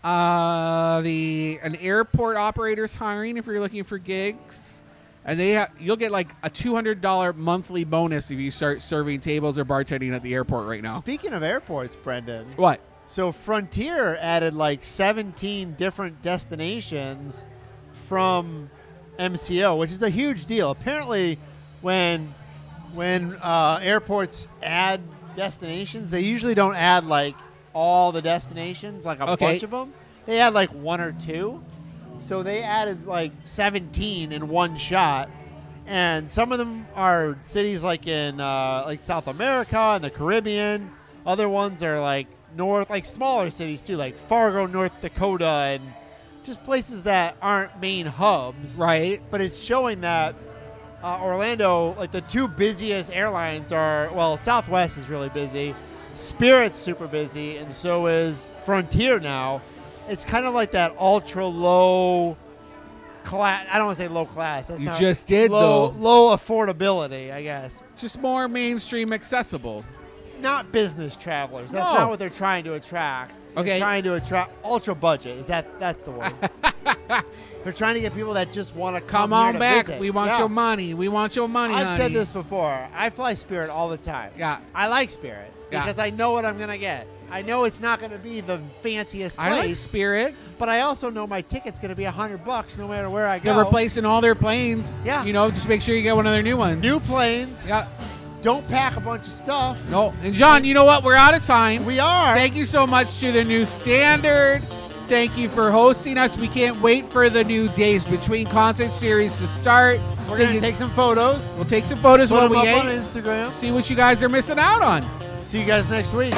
[SPEAKER 1] Uh, the an airport operator's hiring if you're looking for gigs, and they ha- you'll get like a two hundred dollar monthly bonus if you start serving tables or bartending at the airport right now.
[SPEAKER 3] Speaking of airports, Brendan.
[SPEAKER 1] What?
[SPEAKER 3] So Frontier added like 17 different destinations from MCO, which is a huge deal. Apparently, when when uh, airports add destinations, they usually don't add like all the destinations, like a
[SPEAKER 1] Okay.
[SPEAKER 3] bunch of them. They add like one or two. So they added like 17 in one shot. And some of them are cities like in uh, like South America and the Caribbean. Other ones are like north, like smaller cities too, like Fargo, North Dakota, and just places that aren't main hubs.
[SPEAKER 1] Right?
[SPEAKER 3] But it's showing that uh, Orlando, like the two busiest airlines are, well, Southwest is really busy, Spirit's super busy, and so is Frontier now. It's kind of like that ultra low class. I don't want to say low class. That's
[SPEAKER 1] You
[SPEAKER 3] not-
[SPEAKER 1] just did,
[SPEAKER 3] low,
[SPEAKER 1] though.
[SPEAKER 3] Low affordability, I guess.
[SPEAKER 1] Just more mainstream accessible.
[SPEAKER 3] Not business travelers. That's
[SPEAKER 1] No.
[SPEAKER 3] not what they're trying to attract. They're
[SPEAKER 1] Okay.
[SPEAKER 3] trying to attract ultra budget. Is that that's the word? they're trying to get people that just want to
[SPEAKER 1] Come
[SPEAKER 3] come, here
[SPEAKER 1] on
[SPEAKER 3] to
[SPEAKER 1] back.
[SPEAKER 3] visit.
[SPEAKER 1] We want
[SPEAKER 3] Yeah.
[SPEAKER 1] your money. We want your money.
[SPEAKER 3] I've said
[SPEAKER 1] honey.
[SPEAKER 3] this before. I fly Spirit all the time.
[SPEAKER 1] Yeah.
[SPEAKER 3] I like Spirit
[SPEAKER 1] Yeah.
[SPEAKER 3] because I know what I'm gonna get. I know it's not gonna be the fanciest
[SPEAKER 1] I like
[SPEAKER 3] place,
[SPEAKER 1] Spirit.
[SPEAKER 3] but I also know my ticket's gonna be a hundred bucks no matter where I
[SPEAKER 1] They're
[SPEAKER 3] go.
[SPEAKER 1] replacing all their planes.
[SPEAKER 3] Yeah.
[SPEAKER 1] You know, just make sure you get one of their new ones.
[SPEAKER 3] New planes.
[SPEAKER 1] Yeah.
[SPEAKER 3] Don't pack a bunch of stuff.
[SPEAKER 1] No. And John, you know what? We're out of time.
[SPEAKER 3] We are.
[SPEAKER 1] Thank you so much to the new standard. Thank you for hosting us. We can't wait for the new days between concert series to start.
[SPEAKER 3] We're gonna
[SPEAKER 1] Thank you-
[SPEAKER 3] take some photos.
[SPEAKER 1] We'll take some photos
[SPEAKER 3] Put
[SPEAKER 1] when
[SPEAKER 3] them
[SPEAKER 1] we
[SPEAKER 3] up on
[SPEAKER 1] ate.
[SPEAKER 3] Instagram.
[SPEAKER 1] See what you guys are missing out on.
[SPEAKER 3] See you guys next week.